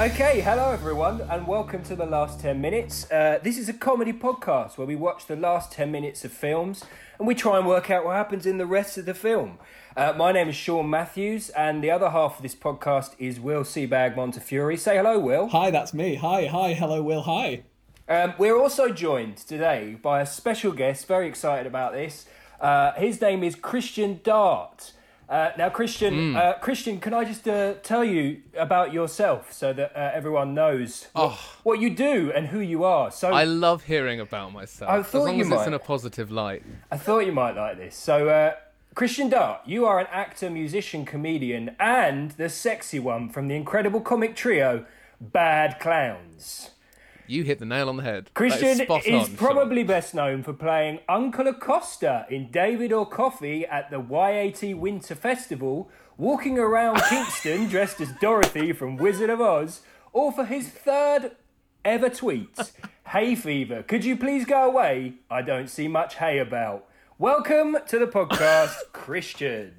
Okay, hello everyone, and welcome to the last 10 minutes. Uh, this is a comedy podcast where we watch the last 10 minutes of films and we try and work out what happens in the rest of the film. Uh, my name is Sean Matthews, and the other half of this podcast is Will Seabag Montefiore. Say hello, Will. Hi, that's me. Hi, hi, hello, Will. Hi. Um, we're also joined today by a special guest, very excited about this. Uh, his name is Christian Dart. Uh, now, Christian, uh, Christian, can I just uh, tell you about yourself so that uh, everyone knows what, what you do and who you are? So I I, love hearing about myself. I as thought long you as it's in might. a positive light. thought you might like this. So, uh, Christian Dart, you are an actor, musician, comedian, and the sexy one from the incredible comic trio Bad Clowns. You hit the nail on the head. That is Christian spot is on, probably best known for playing Uncle Acosta in David or Coffee at the YAT Winter Festival, walking around Kingston dressed as Dorothy from Wizard of Oz, or for his third ever tweet, Hay fever, could you please go away? I don't see much hay about. Welcome to the podcast, Christian. Sean.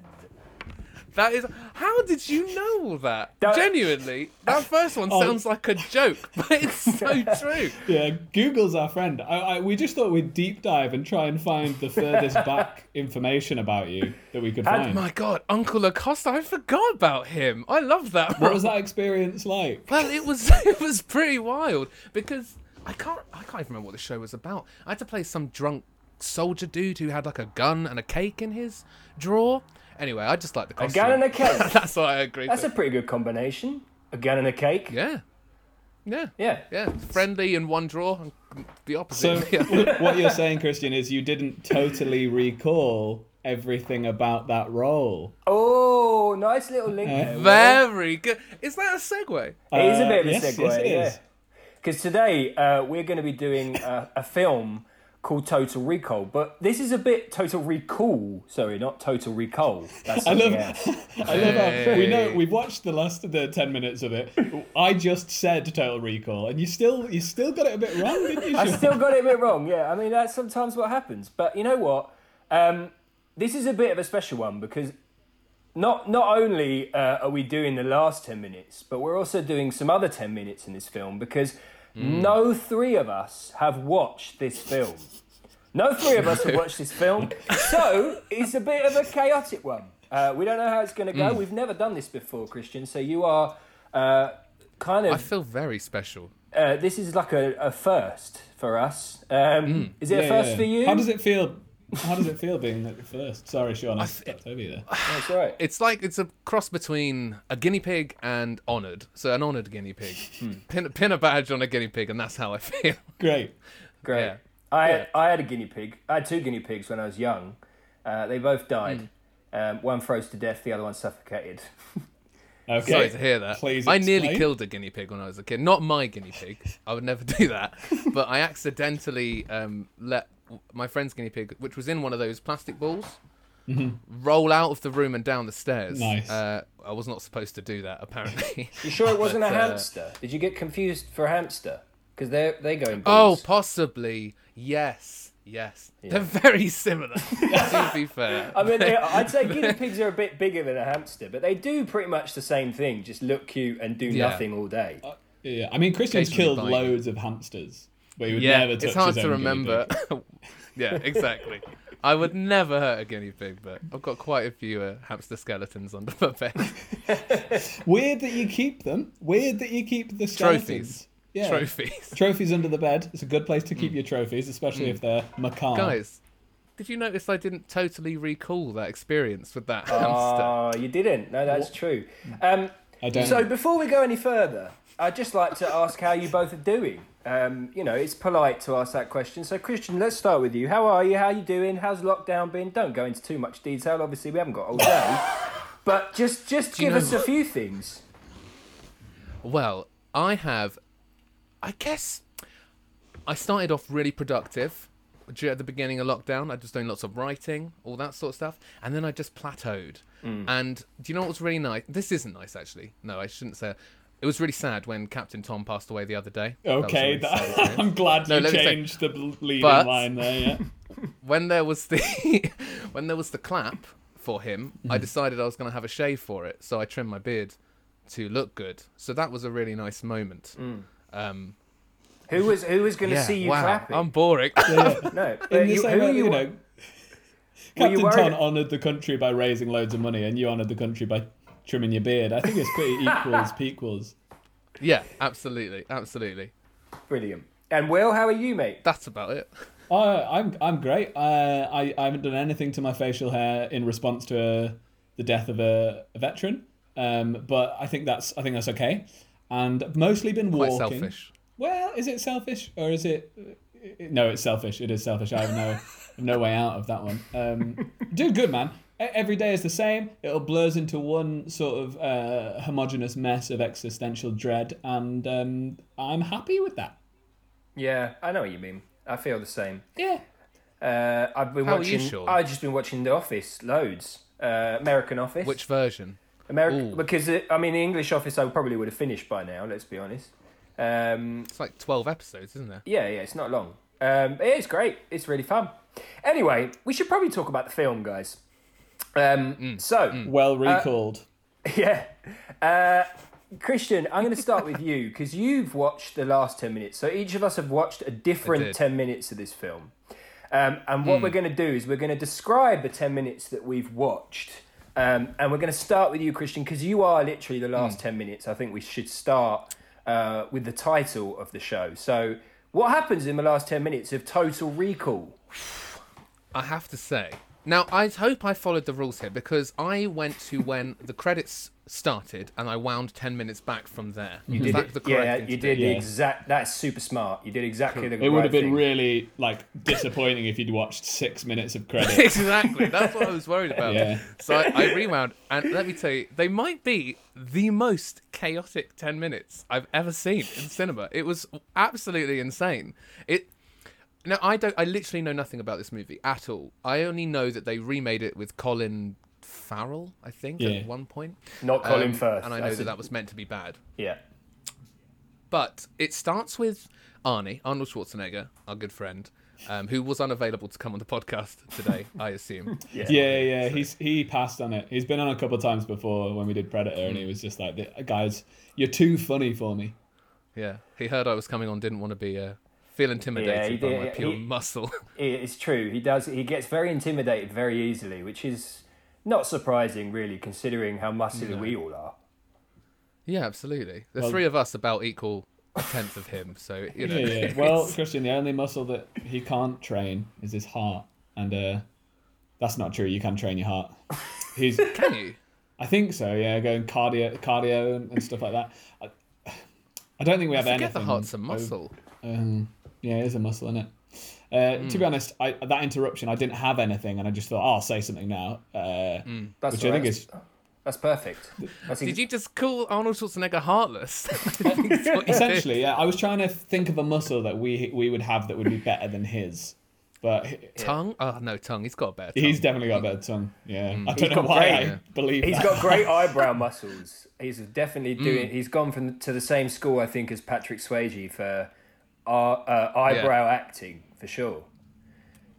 That is. How did you know all that? That- Oh. Genuinely, that first one sounds like a joke, but it's so true. Yeah, Google's our friend. I, I, we just thought we'd deep dive and try and find the furthest back information about you that we could find. My God, Uncle Acosta, I forgot about him. I love that. what was that experience like? Well, it was it was pretty wild because I can't I can't even remember what the show was about. I had to play some drunk soldier dude who had like a gun and a cake in his drawer. Anyway, I just like the A costume. gun and a cake. That's what I agree. That's with. a pretty good combination. A gun and a cake. Yeah. Yeah. Yeah. Yeah. Friendly in one drawer and the So, opposite. in the other. what you're saying, Christian, is you didn't totally recall everything about that role. Oh, nice little link there. Will. Very good. Is that a segue? It is a Uh, bit of a yes, segue, yes, it yeah. is. Because today uh, we're going to be doing a, a film called Total Recall, but this is a bit Total Recall. Sorry, not Total Recall. That's something love- else. I love how we know Hey. we've watched the last the ten minutes of it. I just said Total Recall, and you still you still got it a bit wrong, didn't you? I Sean? still got it a bit wrong. Yeah, I mean that's sometimes what happens. But you know what? Um, this is a bit of a special one because not not only uh, are we doing the last ten minutes, but we're also doing some other ten minutes in this film because no three of us have watched this film. No three of us have watched this film, so it's a bit of a chaotic one. Uh, we don't know how it's going to go. We've never done this before, Christian. So you are uh, kind of I feel very special. uh, this is like a, a first for us. Um, Is it a Yeah, first yeah. for you? How does it feel? How does it feel being at the first? Sorry, Sean, I stepped over you there. That's right. It's like it's a cross between a guinea pig and honoured. So an honoured guinea pig. Pin, pin a badge on a guinea pig, and that's how I feel. Great. Great. yeah. I I had a guinea pig. I had two guinea pigs when I was young. Uh, they both died. Um, one froze to death. The other one suffocated. Okay. Sorry to hear that. Please I nearly explain. killed a guinea pig when I was a kid. Not my guinea pig. I would never do that. But I accidentally um, let w- my friend's guinea pig, which was in one of those plastic balls, roll out of the room and down the stairs. Nice. Uh, I was not supposed to do that, apparently. You sure it wasn't a But, uh, hamster? Did you get confused for a hamster? Because they they go in oh, balls. possibly. Yes. Yes. They're very similar, to be fair. I mean, they, I'd say guinea pigs are a bit bigger than a hamster, but they do pretty much the same thing. Just look cute and do Yeah. nothing all day. Yeah, I mean, Christian's Occasionally killed bite. loads of hamsters, but he would yeah, never touch it's hard his to own guinea remember. pig. yeah, exactly. I would never hurt a guinea pig, but I've got quite a few uh, hamster skeletons under my bed. Weird that you keep them. Weird that you keep the skeletons. Trophies. Yeah. Trophies. Hmm. Trophies under the bed. It's a good place to keep your trophies, especially if they're macabre. Guys, did you notice I didn't totally recall that experience with Ah. that Oh, hamster? you didn't. No, that's true. Um, I don't. So before we go any further, I'd just like to ask how you both are doing. Um, you know, it's polite to ask that question. So Christian, let's start with you. How are you? How are you doing? How's lockdown been? Don't go into too much detail. Obviously, we haven't got all day, but just just you give know us a few things. Well, I have. I guess I started off really productive dur- at the beginning of lockdown. I was doing lots of writing, all that sort of stuff, and then I just plateaued. Mm. And do you know what was really nice? This isn't nice, actually. No, I shouldn't say. It was really sad when Captain Tom passed away the other day. That was a okay, really that- sad experience. I'm glad No, you let me say- changed the bl- leading But- line there. Yeah. when there was the Mm. when there was the clap for him, I decided I was going to have a shave for it, so I trimmed my beard to look good. So that was a really nice moment. Mm. Um, Who was who was going to yeah, see you wow, clapping? I'm boring. no, In but the you, same who way, you, you know, Captain worried- Ton honoured the country by raising loads of money, and you honoured the country by trimming your beard. I think it's pretty equals, pequals. yeah, absolutely, absolutely. brilliant. And Will, how are you, mate? That's about it. Uh, I'm I'm great. Uh, I I haven't done anything to my facial hair in response to uh the death of a, a veteran. Um, but I think that's I think that's okay. And I've mostly been Quite walking. selfish. Well, is it selfish or is it? uh, No, it's selfish. It is selfish. I have no, have no way out of that one. Um, do good, man. E- Every day is the same. It all blurs into one sort of uh, homogenous mess of existential dread, and um, I'm happy with that. Yeah, I know what you mean. I feel the same. Yeah. Uh, I've been How are you, watching. Sean? I've just been watching The Office loads. Uh, American Office. Which version? American? Ooh. Because it, I mean, the English Office, I probably would have finished by now. Let's be honest. Um, It's like twelve episodes, isn't there? yeah, yeah, it's not long. Um, it is great. It's really fun. Anyway, we should probably talk about the film, guys. Um, Mm, So, Well recalled. yeah. Uh, Christian, I'm going to start with you because you've watched the last 10 minutes. So each of us have watched a I did. different 10 minutes of this film. Um, and what we're going to do is we're going to describe the 10 minutes that we've watched. Um, and we're going to start with you, Christian, because you are literally the last 10 minutes. I think we should start uh, with the title of the show. So, what happens in the last 10 minutes of Total Recall? I have to say. Now, I hope I followed the rules here because I went to when the credits started and I wound 10 minutes back from there. You Did that it- the correct yeah, thing you to do? did the exact. That's super smart. You did exactly the It would right have been thing. really like disappointing if you'd watched six minutes of credit. exactly. That's what I was worried about. Yeah. So I, I rewound, and let me tell you, they might be the most chaotic ten minutes I've ever seen in cinema. It was absolutely insane. It. Now I don't. I literally know nothing about this movie at all. I only know that they remade it with Colin Farrell, I think, Yeah. at one point. Um, Not Colin Firth. And I know That's that a- that was meant to be bad. Yeah. But it starts with Arnie, Arnold Schwarzenegger, our good friend, um, who was unavailable to come on the podcast today, I assume. yeah, yeah. He's he passed on it. He's been on a couple of times before when we did Predator, and he was just like, "Guys, you're too funny for me." Yeah, he heard I was coming on, didn't want to be uh, feel intimidated Yeah, he by my did. pure He- muscle. It- It's true. He does. He gets very intimidated very easily, which is not surprising, really, considering how muscular we all are. yeah, absolutely. The three of us about equal a tenth of him, so you know. Yeah, yeah. Well, Christian, the only muscle that he can't train is his heart, and uh, that's not true. You can train your heart. He's, can you? I think so. Yeah, going cardio, cardio, and, and stuff like that. I, I don't think we have Forget anything. the heart's a over- muscle. Um, yeah, it is a muscle, isn't it? Uh, To Hmm. be honest, I, that interruption, I didn't have anything, and I just thought, "Oh, I'll say something now, uh, Hmm. That's which all I right. think is that's perfect. That's ex- Did you just call Arnold Schwarzenegger heartless? I think that's what you did. essentially. Yeah, I was trying to think of a muscle that we we would have that would be better than his, but he- tongue? Oh no, tongue. He's got a better. Tongue. he's definitely got a better tongue. Yeah, Mm. I don't know got why great- I yeah. believe He's that. got great eyebrow muscles. He's definitely Mm. doing. He's gone from to the same school, I think, as Patrick Swayze for uh, uh, eyebrow acting for sure.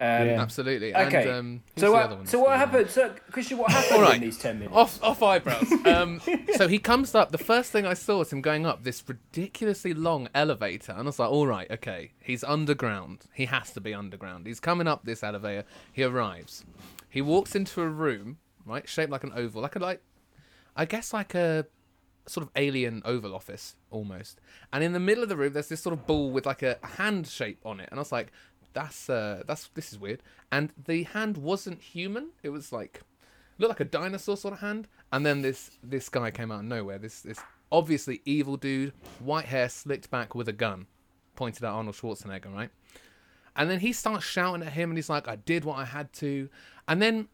Yeah. absolutely. Okay. And, um, who's so the what? other one? so The what other one. happened? So Christian, what happened All right. in these ten minutes? Off, off eyebrows. Um, so he comes up. The first thing I saw was him going up this ridiculously long elevator, and I was like, "All right, okay, he's underground. He has to be underground. He's coming up this elevator. He arrives. He walks into a room, right, shaped like an oval, like a like, I guess like a sort of alien Oval Office almost. And in the middle of the room, there's this sort of ball with like a hand shape on it, and I was like, "That's uh, that's this is weird." And the hand wasn't human; it was like looked like a dinosaur sort of hand. And then this this guy came out of nowhere. This this obviously evil dude, white hair, slicked back with a gun, pointed at Arnold Schwarzenegger, right? And then he starts shouting at him, and he's like, "I did what I had to," and then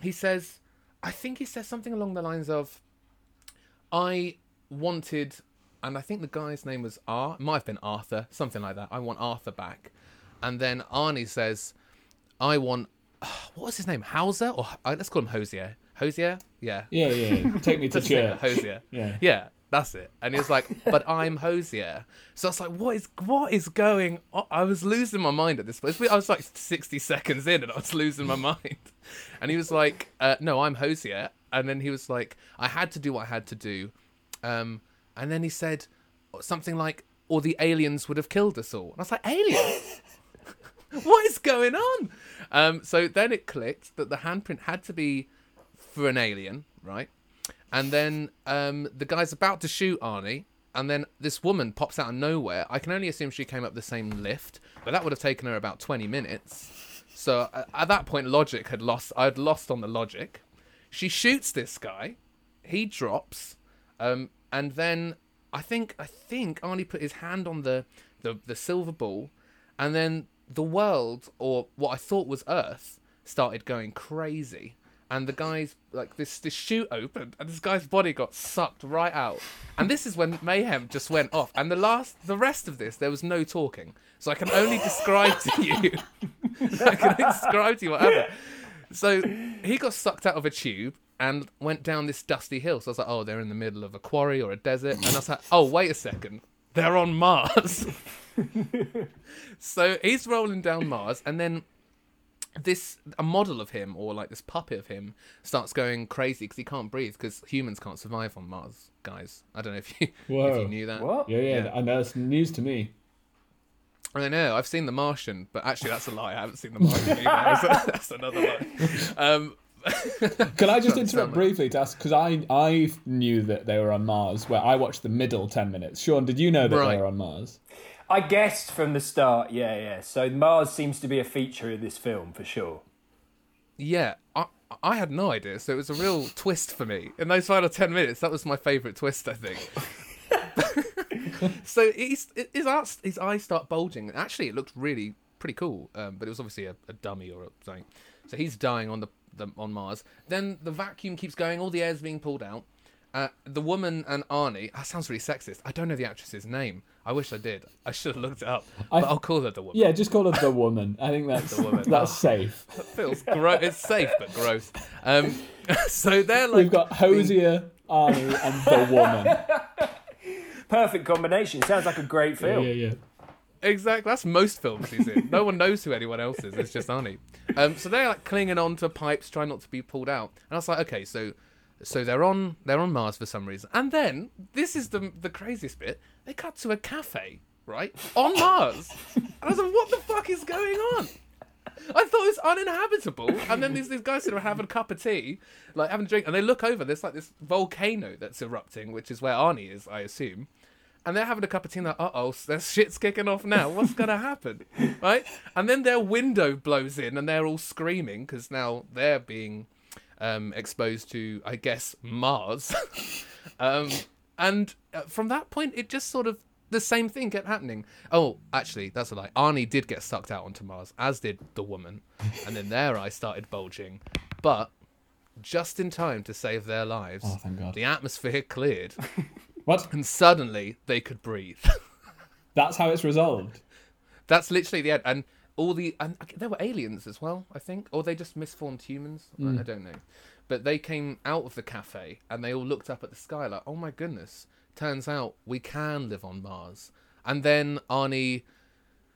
he says, I think he says something along the lines of, I wanted, and I think the guy's name was R, it might have been Arthur, something like that. I want Arthur back. And then Arnie says, I want, what was his name? Hauser? Or uh, let's call him Hosier. Hosier? Yeah. Yeah, yeah. yeah. Take me to That's it, church. Hosier. Yeah. Yeah, that's it. And he was like, "But I'm Hosier." So I was like, "What is what is going?" on? I was losing my mind at this point. I was like 60 seconds in, and I was losing my mind. And he was like, uh, "No, I'm Hosier." And then he was like, "I had to do what I had to do." Um, and then he said something like, or the aliens would have killed us all. And I was like, aliens? what is going on? Um, so then it clicked that the handprint had to be for an alien, right? And then um, the guy's about to shoot Arnie, and then this woman pops out of nowhere. I can only assume she came up the same lift, but that would have taken her about 20 minutes. So uh, at that point, logic had lost. I had lost on the logic. She shoots this guy. He drops, um, and then I think I think Arnie put his hand on the, the the silver ball, and then the world or what I thought was Earth started going crazy, and the guy's like this this chute opened, and this guy's body got sucked right out, and this is when mayhem just went off. And the last the rest of this there was no talking, so I can only describe to you. I can describe to you what happened. So he got sucked out of a tube and went down this dusty hill. So I was like, oh, they're in the middle of a quarry or a desert. And I was like, oh, wait a second. They're on Mars. so he's rolling down Mars and then this a model of him or like this puppet of him starts going crazy because he can't breathe because humans can't survive on Mars, guys. I don't know if you if Whoa. you knew that. What? Yeah, yeah, I know. It's news to me. I know. I've seen The Martian, but actually, that's a lie. I haven't seen The Martian. Either. That's, that's another lie. Um, Can I just Sorry, interrupt Sam. briefly to ask? Because I, I knew that they were on Mars, where I watched the middle 10 minutes. Sean, did you know that Right. they were on Mars? I guessed from the start. Yeah, yeah. So Mars seems to be a feature of this film for sure. yeah, I, I had no idea. So it was a real twist for me in those final ten minutes. That was my favourite twist, I think. so he's, his eyes, his eyes start bulging. Actually, it looked really pretty cool, um, but it was obviously a, a dummy or something. So he's dying on the, the on Mars. Then the vacuum keeps going. All the air's being pulled out. Uh, the woman and Arnie. That sounds really sexist. I don't know the actress's name. I wish I did. I should have looked it up. I- but I'll call her the woman. Yeah, just call her the woman. I think that's The woman. Oh. that's safe. feels gross. It's safe but gross. Um, so they're like We've got Hosier, Arnie, and the woman. Perfect combination. Sounds like a great Yeah, film. yeah, yeah. exactly. That's most films he's in. No one knows who anyone else is. It's just Arnie. Um, so they're like clinging on to pipes, trying not to be pulled out. And I was like, okay, so so they're on they're on Mars for some reason. And then this is the the craziest bit. They cut to a cafe right on Mars. And I was like, what the fuck is going on? I thought it was uninhabitable. And then these, these guys sort of having a cup of tea, like having a drink, and they look over. There's like this volcano that's erupting, which is where Arnie is, I assume. And they're having a cup of tea, and they're, uh oh, their shit's kicking off now. What's going to happen? Right? And then their window blows in, and they're all screaming because now they're being um, exposed to, I guess, Mars. um, and uh, from that point, it just sort of the same thing kept happening. Oh, actually, that's a lie. Arnie did get sucked out onto Mars, as did the woman, and then their eyes started bulging, but just in time to save their lives. Oh, thank God. The atmosphere cleared, What? and suddenly they could breathe. That's how it's resolved. That's literally the end. And all the and I- there were aliens as well, I think, or they just misformed humans. I- Hmm. I don't know, but they came out of the cafe and they all looked up at the sky like, "Oh my goodness!" Turns out we can live on Mars. And then Arnie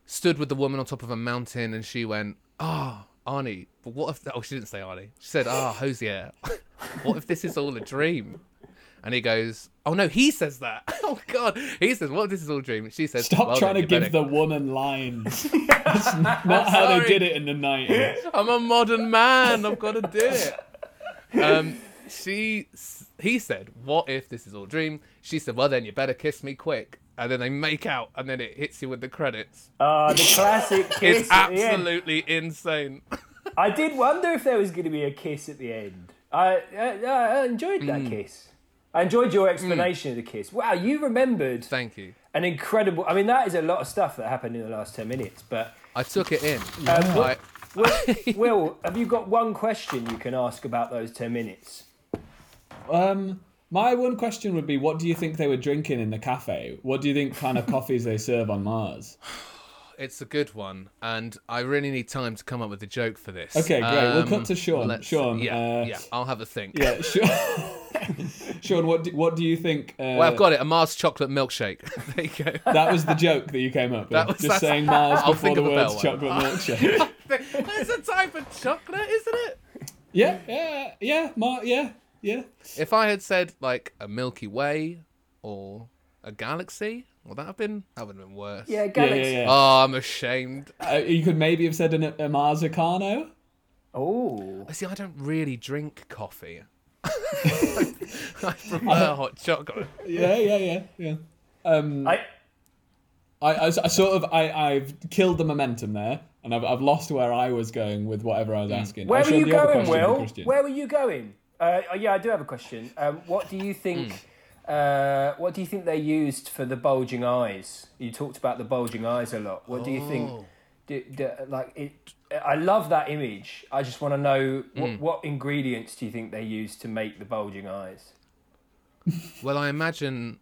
stood with the woman on top of a mountain, and she went, "Ah, Arnie, but what if?" Oh, she didn't say Arnie. She said, "Ah, Hosier, what if this is all a dream?" And he goes, "Oh no!" He says that. Oh God! He says, "What if this is all a dream?" She says, Stop "Well trying then, to you give better the woman lines. That's not how they sorry. did it in the 90s. I'm a modern man. I've got to do it. Um, she, he said, "What if this is all a dream?" She said, "Well, then you better kiss me quick." And then they make out, and then it hits you with the credits. Oh, Ah, the classic kiss. It's at the end. absolutely insane. I did wonder if there was going to be a kiss at the end. I I, I enjoyed Hmm. that kiss. I enjoyed your explanation of the kiss. Wow, you remembered Thank you. an incredible. I mean, that is a lot of stuff that happened in the last ten minutes. But I took it in. um, I- Will, Will, have you got one question you can ask about those ten minutes? Um, my one question would be, what do you think they were drinking in the cafe? What do you think kind of coffees they serve on Mars? it's a good one, and I really need time to come up with a joke for this. Um, Okay, great. We'll cut to Sean. let's- Sean, yeah, uh, yeah. I'll have a think. Yeah, Sean. Sean, what do, what do you think? Uh, Well, I've got it. A Mars chocolate milkshake. there you go. That was the joke that you came up with. That was- Just that's- saying Mars I'll before think the of a better words one. chocolate milkshake. That's a type of chocolate, isn't it? yeah, yeah, yeah, Mar- yeah, yeah. If I had said like a Milky Way or a galaxy. Well, that have been that would have been worse. Yeah, Yeah, Galaxy. yeah, yeah. Oh, I'm ashamed. Uh, you could maybe have said an a Marzicano. Oh, I see. I don't really drink coffee. I prefer hot chocolate. Yeah, yeah, yeah, yeah. Um, I I, I s- I sort of I, I've killed the momentum there, and I've, I've lost where I was going with whatever I was asking. Mm. Where Oh, were Sean, you do have a going, question for Will? Christian? Where were you going? Uh, oh, yeah, I do have a question. Um, what do you think? Uh, what do you think they used for the bulging eyes? You talked about the bulging eyes a lot. What do you think? Oh. Do, do, like it, I love that image. I just want to know what, what ingredients do you think they used to make the bulging eyes? Well, I imagine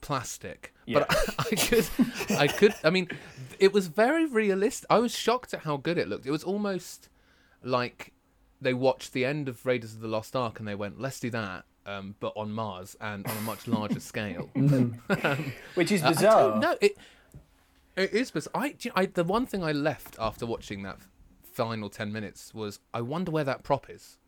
plastic, Yeah. but I, could, I could. I mean, it was very realistic. I was shocked at how good it looked. It was almost like they watched the end of Raiders of the Lost Ark and they went, "Let's do that." Um, but on Mars and on a much larger scale. Which is I don't bizarre. know. It, it is bizarre. I, do you- I, the one thing I left after watching that final 10 minutes was I wonder where that prop is.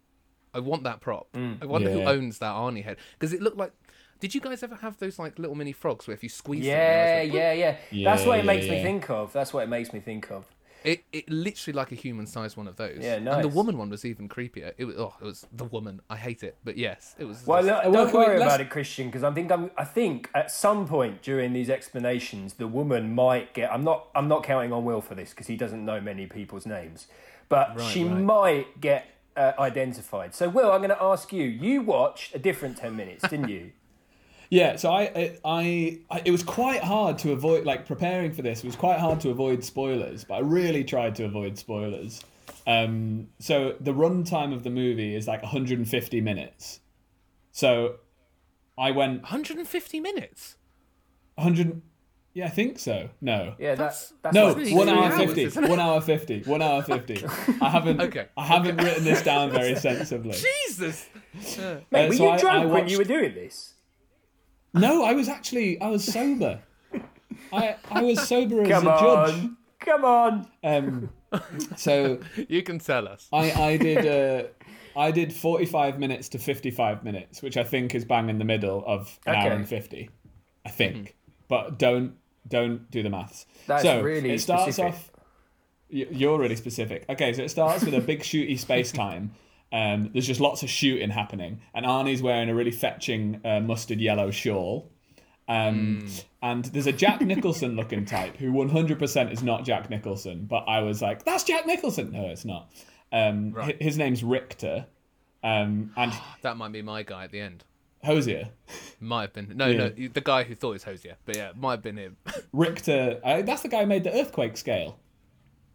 I want that prop. Mm. I wonder who Yeah. owns that Arnie head. Because it looked like. Did you guys ever have those like little mini frogs where if you squeeze Yeah, them? and yeah, yeah, That's Yeah, what it yeah, makes me yeah. think of. That's what it makes me think of. It, it literally like a human sized one of those. Yeah, And the nice. woman one was even creepier. It was, oh, it was the woman. I hate it. But yes, it was. Well, look, just- well, don't can we- worry let's- about it, Christian, because I think I'm, I think at some point during these explanations, the woman might get. I'm not. I'm not counting on Will for this because he doesn't know many people's names, but she right. might get uh, identified. So, Will, I'm going to ask you. You watched a different ten minutes, didn't you? Yeah, so I, I, I, I, it was quite hard to avoid, like preparing for this, it was quite hard to avoid spoilers, but I really tried to avoid spoilers. Um, so the runtime of the movie is like 150 minutes. So I went 150 minutes. 100, yeah, I think so. No. Yeah, That's- that's that's No, like That's one three hour hours, fifty. isn't it? One hour fifty. One hour fifty. I haven't. Okay, I haven't written this down very sensibly. Jesus. Yeah. Mate, uh, were so you I- I drunk when watched- you were doing this? No, I was actually. I was sober. I I was sober as Come a judge. on, come on. Um, so you can tell us. I, I did uh, I did forty five minutes to fifty five minutes, which I think is bang in the middle of an hour Okay. and fifty, I think. But don't don't do the maths. That's so really it starts specific. off. y- You're really specific. Okay, so it starts with a big shooty space time. Um, there's just lots of shooting happening, and Arnie's wearing a really fetching uh, mustard yellow shawl. Um, And there's a Jack Nicholson looking type who 100% is not Jack Nicholson, but I was like, that's Jack Nicholson. No, it's not. Um, hi- His name's Richter um, and That might be my guy at the end. Hosier. Might have been no, Yeah. no, the guy who thought it was Hosier, but yeah, might have been him. Richter, uh, that's the guy who made the earthquake scale.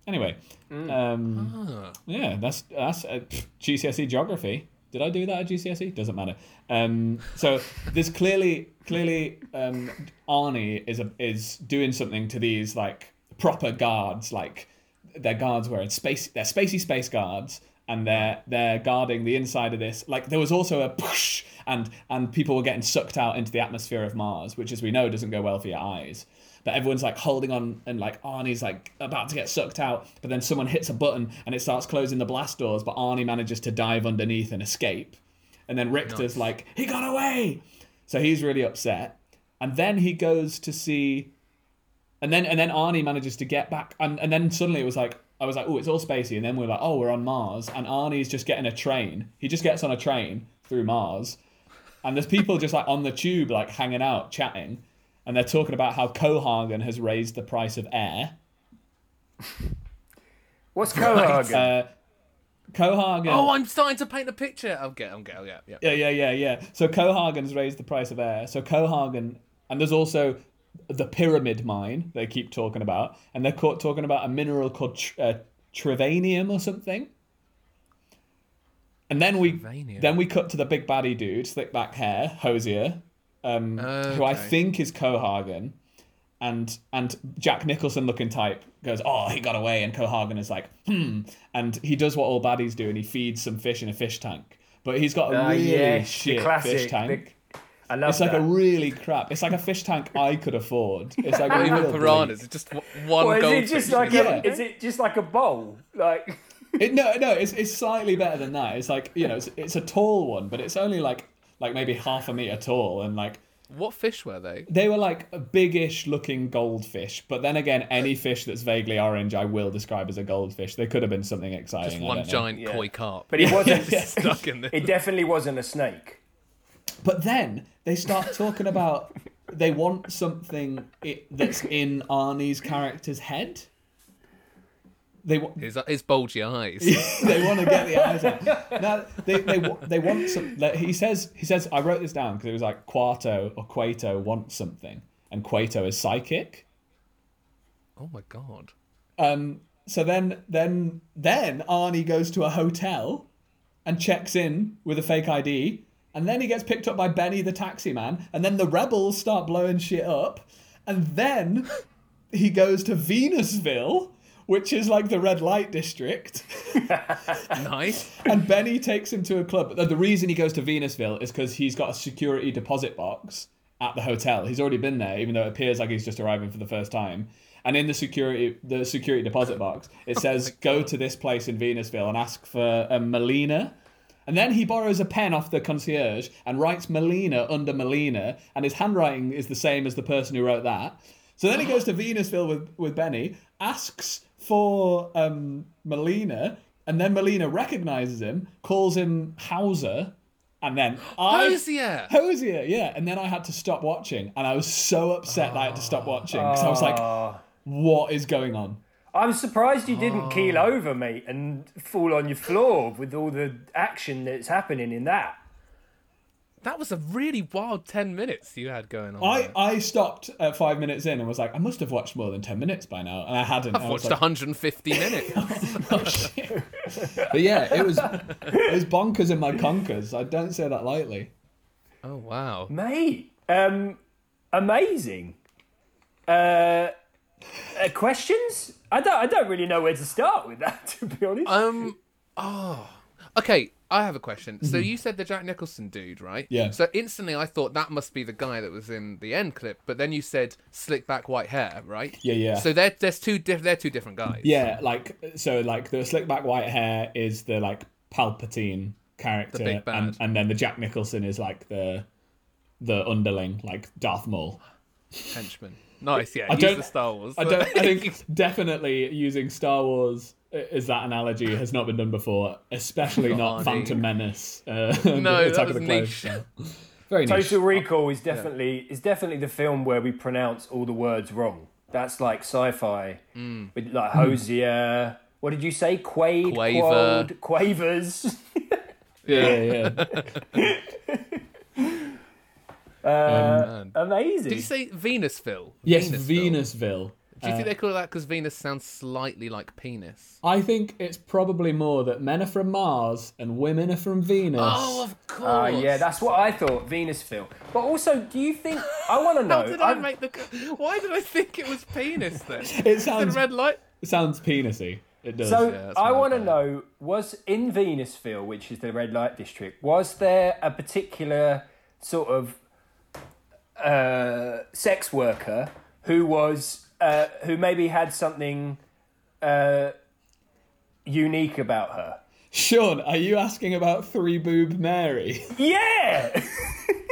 Anyway, um, Ah. yeah, that's that's uh, pff, GCSE geography. Did I do that at GCSE? E? Doesn't matter. Um, so there's clearly clearly um, Arnie is a, is doing something to these like proper guards, like their guards wearing space, they're spacey space guards, and they're they're guarding the inside of this. Like there was also a push, and and people were getting sucked out into the atmosphere of Mars, which as we know doesn't go well for your eyes that everyone's like holding on and like Arnie's like about to get sucked out, but then someone hits a button and it starts closing the blast doors, but Arnie manages to dive underneath and escape. And then Richter's like, he got away. So he's really upset. And then he goes to see and then and then Arnie manages to get back and, and then suddenly it was like I was like, oh, it's all spacey, and then we're like, oh, we're on Mars, and Arnie's just getting a train. He just gets on a train through Mars, and there's people just like on the tube, like hanging out, chatting, and they're talking about how Kohagen has raised the price of air. What's Kohagen? Uh, Kohagen. Oh, I'm starting to paint a picture. I'll get, I'll get, yeah, yeah. Yeah, yeah, yeah, yeah. So Kohagen's raised the price of air. So Kohagen, and there's also the pyramid mine they keep talking about, and they're caught talking about a mineral called tr- uh, travanium or something. And then we Travanium. then we cut to the big baddie dude, slick back hair, hosier, um, who I Okay. think is Kohagen, and and Jack Nicholson looking type goes, oh, he got away, and Kohagen is like, hmm, and he does what all baddies do, and he feeds some fish in a fish tank, but he's got a Ah, really yes, the shit classic, fish the- tank. I love it's like that. a really crap. It's like a piranhas. It's like a fish tank I could afford. It's like Not real even bleak. piranhas. It's just w- one Or is it goldfish. just like a? Yeah. Is it just like a bowl? Like It, no, no, it's, it's slightly better than that. It's like you know, it's, it's a tall one, but it's only like like maybe half a meter tall and like What fish were they? They were like a biggish looking goldfish, but then again, any fish that's vaguely orange, I will describe as a goldfish. They could have been something exciting. Just I one don't know. giant Yeah. koi carp. But it wasn't. stuck in there. It definitely wasn't a snake. But then they start talking about they want something i that's in Arnie's character's head. They want His, uh, his bulgy eyes. they want to get the eyes out. Now they they wa- they want some. Like, he says he says I wrote this down because it was like Quarto or Quato wants something, and Quato is psychic. Oh my god. Um, so then then then Arnie goes to a hotel and checks in with a fake ID, and then he gets picked up by Benny the taxi man, and then the rebels start blowing shit up, and then he goes to Venusville, which is like the red light district. Nice. and Benny takes him to a club. But the reason he goes to Venusville is because he's got a security deposit box at the hotel. He's already been there, even though it appears like he's just arriving for the first time. And in the security the security deposit box, it says go to this place in Venusville and ask for a Melina. And then he borrows a pen off the concierge and writes Melina under Melina, and his handwriting is the same as the person who wrote that. So then he goes to Venusville with, with Benny, asks for um, Melina, and then Melina recognizes him, calls him Hauser, and then I. Hosier! Hosier, yeah. And then I had to stop watching, and I was so upset that I had to stop watching because I was like, Ah. what is going on? I'm surprised you didn't keel over, mate, and fall on your floor with all the action that's happening in that. That was a really wild 10 minutes you had going on. I, there. I stopped at five minutes in and was like, I must have watched more than 10 minutes by now, and I hadn't. I've watched 150 minutes. oh, shit. but yeah, it was it was bonkers in my conkers. I don't say that lightly. oh wow. Mate, um, amazing. Uh, uh, questions? I don't. I don't really know where to start with that. To be honest, Um. Oh. Okay. I have a question. So you said the Jack Nicholson dude, right? Mm-hmm. Yeah. So instantly I thought that must be the guy that was in the end clip, but then you said slick back white hair, right? Yeah, yeah. So they're there's two diff- they're two different guys. Yeah, like so, like the slick back white hair is the like Palpatine character, The big bad. and and then the Jack Nicholson is like the the underling, like Darth Maul. Henchman. Nice. Yeah. I use don't- the Star Wars. I don't. I think definitely using Star Wars uh, as that analogy has not been done before, especially not Arnie. Phantom Menace. Uh, the No, that Attack was of the Clones. niche. so. Very niche. Total Recall is definitely is definitely the film where we pronounce all the words wrong. That's like sci-fi with like Hosier. What did you say? Quaid, Quaver. Quaid, Quavers. Yeah, yeah. Man. Uh, Amazing. Did you say Venusville? Yes, Venusville. Venusville. Do you think they call it that because Venus sounds slightly like penis? I think it's probably more that men are from Mars and women are from Venus. Oh, of course. Ah, yeah, that's what I thought. Venusville. But also, do you think I want to know? How did I Oh, I'm- make the? Why did I think it was penis then? it The sounds red light. it sounds penisy. It does. So that's I my want to bad. know: was in Venusville, which is the red light district, was there a particular sort of uh, sex worker who was uh, who maybe had something uh, unique about her? Sean, are you asking about Three Boob Mary? Yeah,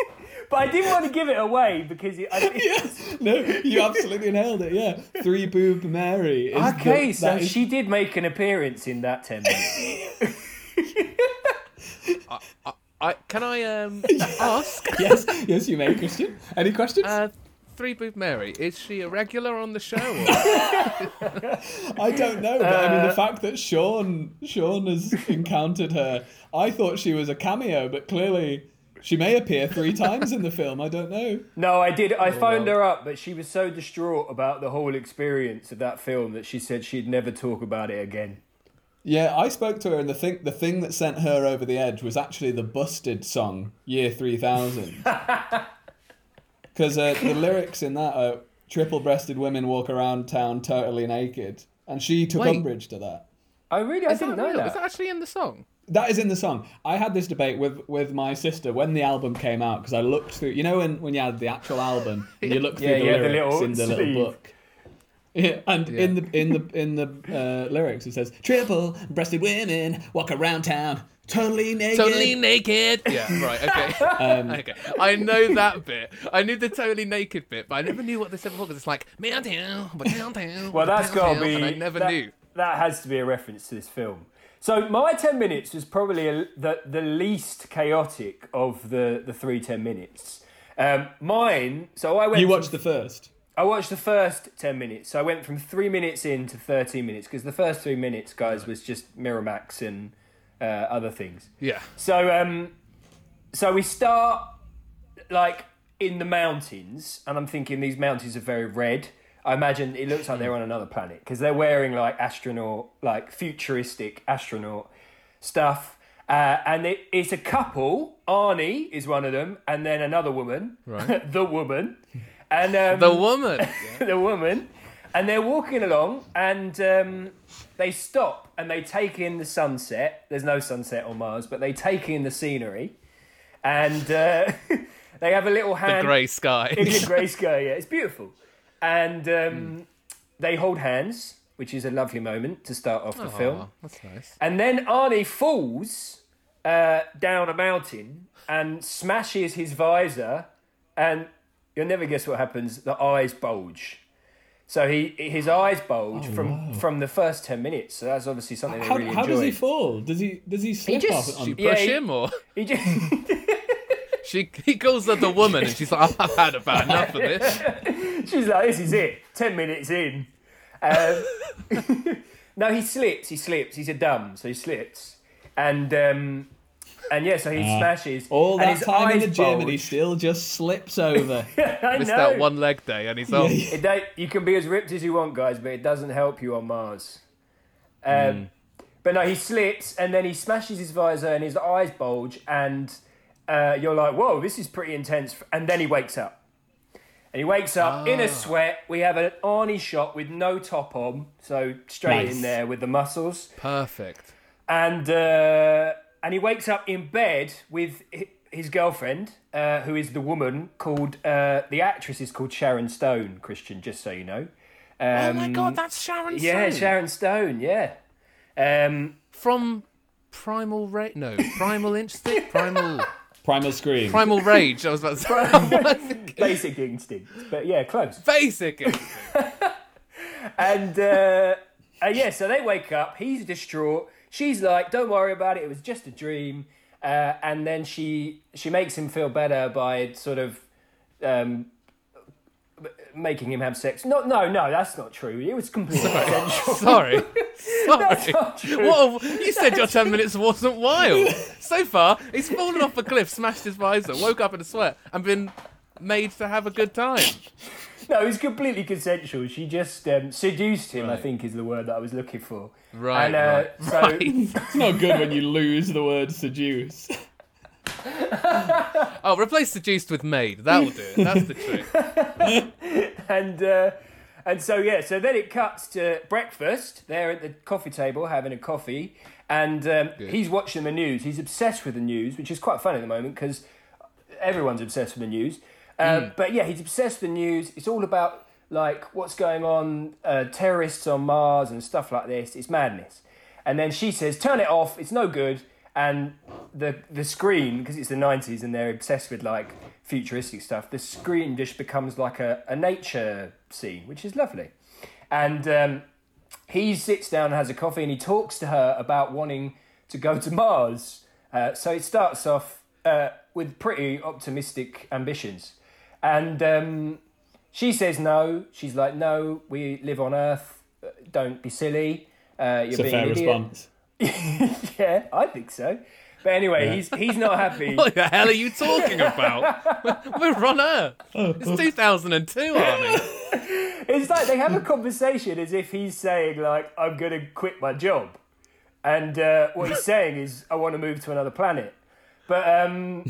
but I didn't want to give it away because it, I, yes. No, you absolutely nailed it. Yeah, Three Boob Mary. Is okay, the- so that is- she did make an appearance in that ten minutes. I can I um ask? Yes, yes, you may, Christian. Any questions? Uh, Three Boob Mary is she a regular on the show? Or... I don't know, but I uh, mean the fact that Sean Sean has encountered her, I thought she was a cameo, but clearly she may appear three times in the film. I don't know. No, I did. I phoned her up, but she was so distraught about the whole experience of that film that she said she'd never talk about it again. Yeah, I spoke to her, and the thing the thing that sent her over the edge was actually the Busted song, Year Three Thousand, because uh, the lyrics in that are triple-breasted women walk around town totally naked, and she took Wait. umbrage to that. I really, I Is didn't that know real? that. Is that actually in the song? That is in the song. I had this debate with, with my sister when the album came out because I looked through. You know when, when you had the actual album and you look Yeah, through the you had the lyrics little in the little sleeve. book. Yeah, and Yeah. in the in the in the uh, lyrics it says triple breasted women walk around town totally naked. Totally naked. Yeah, right. Okay. okay. I know that bit. I knew the totally naked bit, but I never knew what they said before because it's like meow down, but meow down. Well, that's got to be. And I never that, knew. That has to be a reference to this film. So my ten minutes was probably a, the the least chaotic of the the three ten minutes. Um, mine. So I went. You from- watched the first. I watched the first ten minutes. So I went from three minutes in to thirteen minutes because the first three minutes, guys, was just Miramax and uh, other things. Yeah. So um, so we start like in the mountains, and I'm thinking these mountains are very red. I imagine it looks like they're on another planet because they're wearing like astronaut, like futuristic astronaut stuff. Uh, and it, it's a couple. Arnie is one of them, and then another woman, Right. the woman, and um, The woman. the woman, and they're walking along, and um, they stop and they take in the sunset. There's no sunset on Mars, but they take in the scenery, and uh, they have a little The hand. grey sky. It's a grey sky, yeah, it's beautiful, and um, Hmm. they hold hands, which is a lovely moment to start off the film. Aw, that's nice. And then Arnie falls uh, down a mountain and smashes his visor, and you'll never guess what happens. The eyes bulge. So he his eyes bulge from from the first ten minutes. So that's obviously something they Oh, How, really how does he enjoyed. fall? Does he does he slip just- off? On, She Um, Yeah, push he- him or He just, she? He calls her the woman, and she's like, "I've had about enough of this." she's like, "This is it. Ten minutes in." Um, no, he slips. He slips. He's a dumb, so he slips, and um, and yeah, so he smashes. Ah. all and that his time in eyes the gym and he bulge. still just slips over. I It's know. that one leg day, and he's "Oh, old. yeah. It don't, you can be as ripped as you want, guys, but it doesn't help you on Mars. Um, But no, he slips and then he smashes his visor and his eyes bulge, and uh, you're like, whoa, this is pretty intense. And then he wakes up. And he wakes up in a sweat. We have an Arnie shot with no top on, so straight Nice. in there with the muscles Perfect. and uh, and he wakes up in bed with hi- his girlfriend, uh, who is the woman called uh, the actress is called Sharon Stone. Christian, just so you know. Um, oh my god, that's Sharon. yeah, Stone. Sharon Stone. Yeah. Um, from Primal Rage. No, Primal Instinct. Primal. Primal scream. Primal Rage. I was about to say. basic instinct, but yeah, close. Basic. And uh, uh, yeah, so they wake up. He's distraught. She's like, "Don't worry about it. It was just a dream." Uh, and then she she makes him feel better by sort of um, m- making him have sex. No, no, no, that's not true. It was completely consensual. Sorry. Sorry. not true. What a, you said your 10 minutes wasn't wild. So far, he's fallen off a cliff, smashed his visor, woke up in a sweat, and been made to have a good time. No, it was completely consensual. She just um, seduced him. I Right. think is the word that I was looking for. Right. And, uh, right. so- right. It's not good when you lose the word seduce. Oh, replace seduced with made. That'll do it. That's the trick. and uh, and so yeah, so then it cuts to breakfast. They're at the coffee table having a coffee, and um, he's watching the news. He's obsessed with the news, which is quite fun at the moment because everyone's obsessed with the news. Uh, But yeah, he's obsessed with the news. It's all about like what's going on, uh, terrorists on Mars and stuff like this. It's madness. And then she says, "Turn it off. It's no good." And the the screen because it's the nineties and they're obsessed with like futuristic stuff. The screen just becomes like a, a nature scene, which is lovely. And um, he sits down and has a coffee and he talks to her about wanting to go to Mars. Uh, so it starts off uh, with pretty optimistic ambitions. And um, she says no. She's like, no, we live on Earth. Uh, Don't be silly. Uh, you're It's a being fair an idiot. response. yeah, I think so. But anyway, he's he's not happy. What the hell are you talking about? We're on Earth. It's 2002, Arnie. It's like they have a conversation as if he's saying like, "I'm gonna quit my job," and uh, what he's saying is, "I want to move to another planet." But um,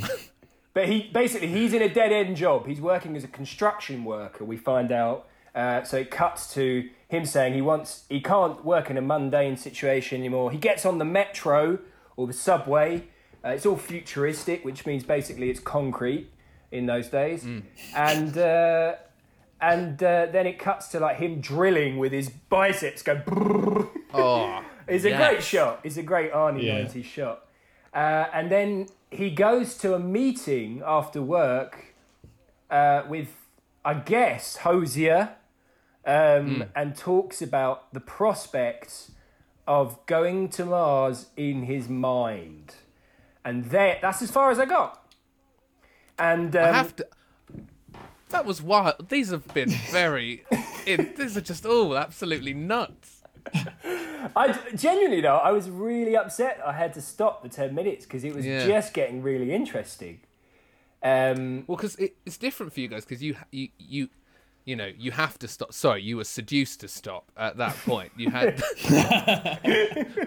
but he basically he's in a dead end job. He's working as a construction worker. We find out. Uh, so it cuts to him saying he wants he can't work in a mundane situation anymore. He gets on the metro or the subway. Uh, it's all futuristic, which means basically it's concrete in those days, and. Uh, and uh, then it cuts to like him drilling with his biceps going. brrrr. Oh, It's a yes. great shot. It's a great Arnie Yeah. 90s shot. Uh, and then he goes to a meeting after work uh, with, I guess, Hosier um, Hmm. and talks about the prospects of going to Mars in his mind. And there, that's as far as I got. And um, I have to. That was wild. These have been very. in, these are just all absolutely nuts. I genuinely though I was really upset. I had to stop the ten minutes because it was Yeah. just getting really interesting. Um, Well, because it, it's different for you guys, because you ha- you you you know you have to stop. Sorry, you were seduced to stop at that point. You had,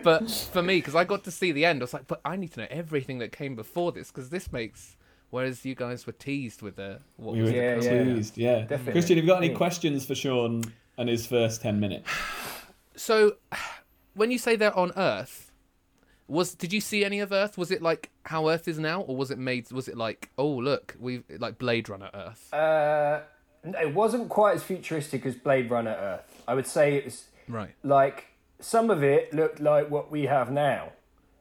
but for me, because I got to see the end, I was like, but I need to know everything that came before this, because this makes. Whereas you guys were teased with the what We were was Yeah, it? yeah. pleased, yeah. Definitely. Christian, have you got any Yeah. questions for Sean and his first 10 minutes? So, when you say they're on Earth, was did you see any of Earth? Was it like how Earth is now, or was it made? Was it like oh look, we like Blade Runner Earth? uh, it wasn't quite as futuristic as Blade Runner Earth. I would say it was right. like some of it looked like what we have now.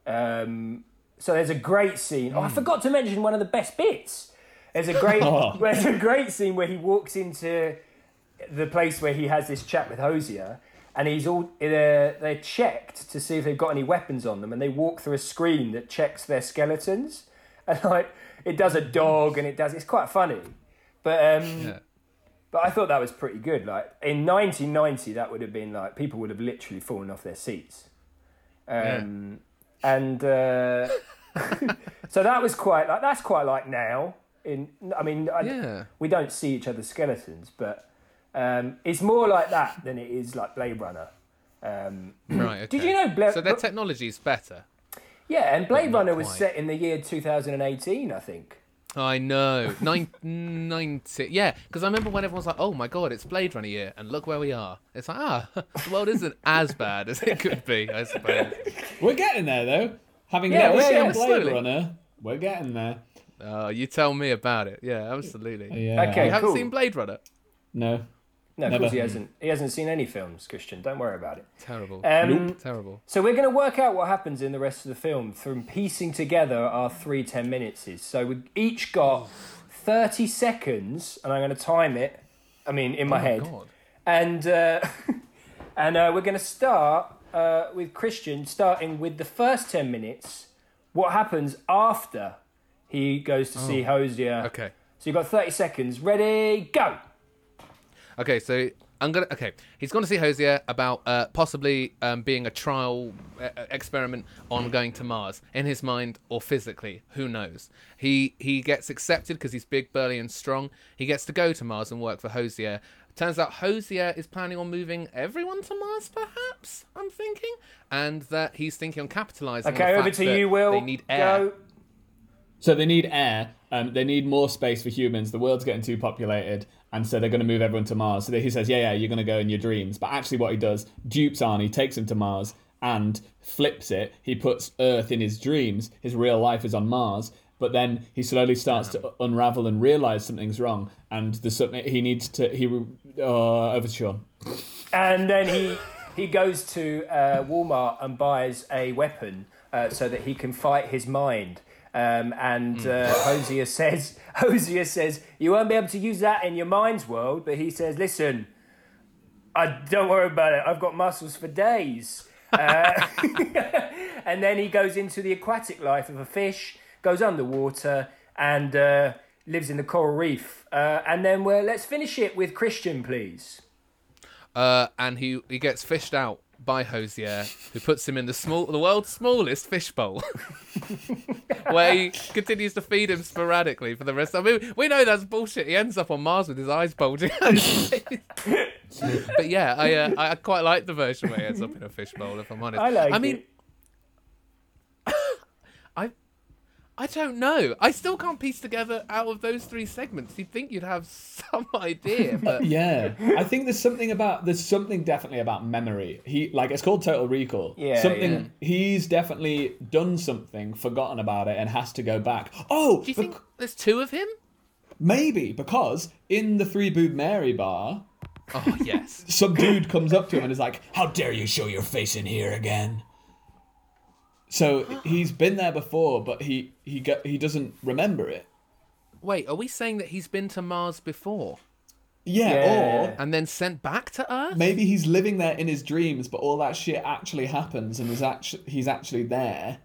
Um, so there's a great scene. Oh, I forgot to mention one of the best bits. There's a great Oh. there's a great scene where he walks into the place where he has this chat with Hosier, and he's all they're, they're checked to see if they've got any weapons on them, and they walk through a screen that checks their skeletons, and like it does a dog, and it does it's quite funny, but um, Yeah. but I thought that was pretty good. Like in 1990, that would have been like people would have literally fallen off their seats. Um, And uh, so that was quite like that's quite like now. In I mean, I, Yeah. we don't see each other's skeletons, but um, it's more like that than it is like Blade Runner. Um, Right. Okay. Did you know Bla- so their Bla- technology is better. yeah, and Blade not Runner was quite. set in the year 2018, I think. I know. Nine, 90. Yeah, because I remember when everyone's like, oh my god, it's Blade Runner year, and look where we are. It's like, ah, the world isn't as bad as it could be, I suppose. We're getting there, though. Having Yeah, never we're seen getting- Blade slowly. Runner, we're getting there. Oh, you tell me about it. Yeah, absolutely. Yeah. Okay. You haven't Cool. seen Blade Runner? No. No, of Never. course he hasn't. He hasn't seen any films, Christian. Don't worry about it. Terrible. Um, Terrible. So we're going to work out what happens in the rest of the film from piecing together our three ten minutes. So we each got thirty seconds, and I'm going to time it. I mean, in my Oh, head, God. and uh, and uh, we're going to start uh, with Christian, starting with the first ten minutes. What happens after he goes to see Hosier? Oh, Okay. So you've got thirty seconds. Ready? Go. Okay, so I'm gonna. Okay, he's going to see Hosier about uh, possibly um, being a trial uh, experiment Hmm. on going to Mars in his mind or physically. Who knows? He he gets accepted because he's big, burly, and strong. He gets to go to Mars and work for Hosier. Turns out Hosier is planning on moving everyone to Mars, perhaps. I'm thinking, and that he's thinking on capitalizing. on Okay, the over fact to that you, Will. They need air. Go. So they need air. Um, they need more space for humans. The world's getting too populated, and so they're going to move everyone to Mars. So he says, "Yeah, yeah, you're going to go in your dreams." But actually, what he does dupes Arnie, takes him to Mars, and flips it. He puts Earth in his dreams. His real life is on Mars. But then he slowly starts to unravel and realize something's wrong, and there's something he needs to. He uh, over to Sean. and then he he goes to uh, Walmart and buys a weapon uh, so that he can fight his mind. Um, and uh, Hmm. Hosier says, Hosier says, you won't be able to use that in your mind's world. But he says, listen, I don't worry about it. I've got muscles for days. Uh, and then he goes into the aquatic life of a fish, goes underwater, and uh, lives in the coral reef. Uh, and then we're, let's finish it with Christian, please. uh, and he he gets fished out by Hosier, who puts him in the small the world's smallest fishbowl, where he continues to feed him sporadically for the rest. of I mean, we know that's bullshit. He ends up on Mars with his eyes bulging. out. but yeah, I uh, I quite like the version where he ends up in a fishbowl. If I'm honest, I like I mean, it. I don't know. I still can't piece together out of those three segments. You'd think you'd have some idea, but Yeah, I think there's something about there's something definitely about memory. He like it's called total recall. Yeah, something yeah. he's definitely done something, forgotten about it, and has to go back. Oh, do bec- you think there's two of him? Maybe because in the Three Boob Mary bar, Oh yes. some dude comes up to him and is like, "How dare you show your face in here again?" So he's been there before, but he he go, he doesn't remember it. Wait, are we saying that he's been to Mars before Yeah, Yeah. or and then sent back to Earth? maybe he's living there in his dreams, but all that shit actually happens, and is actually he's actually there,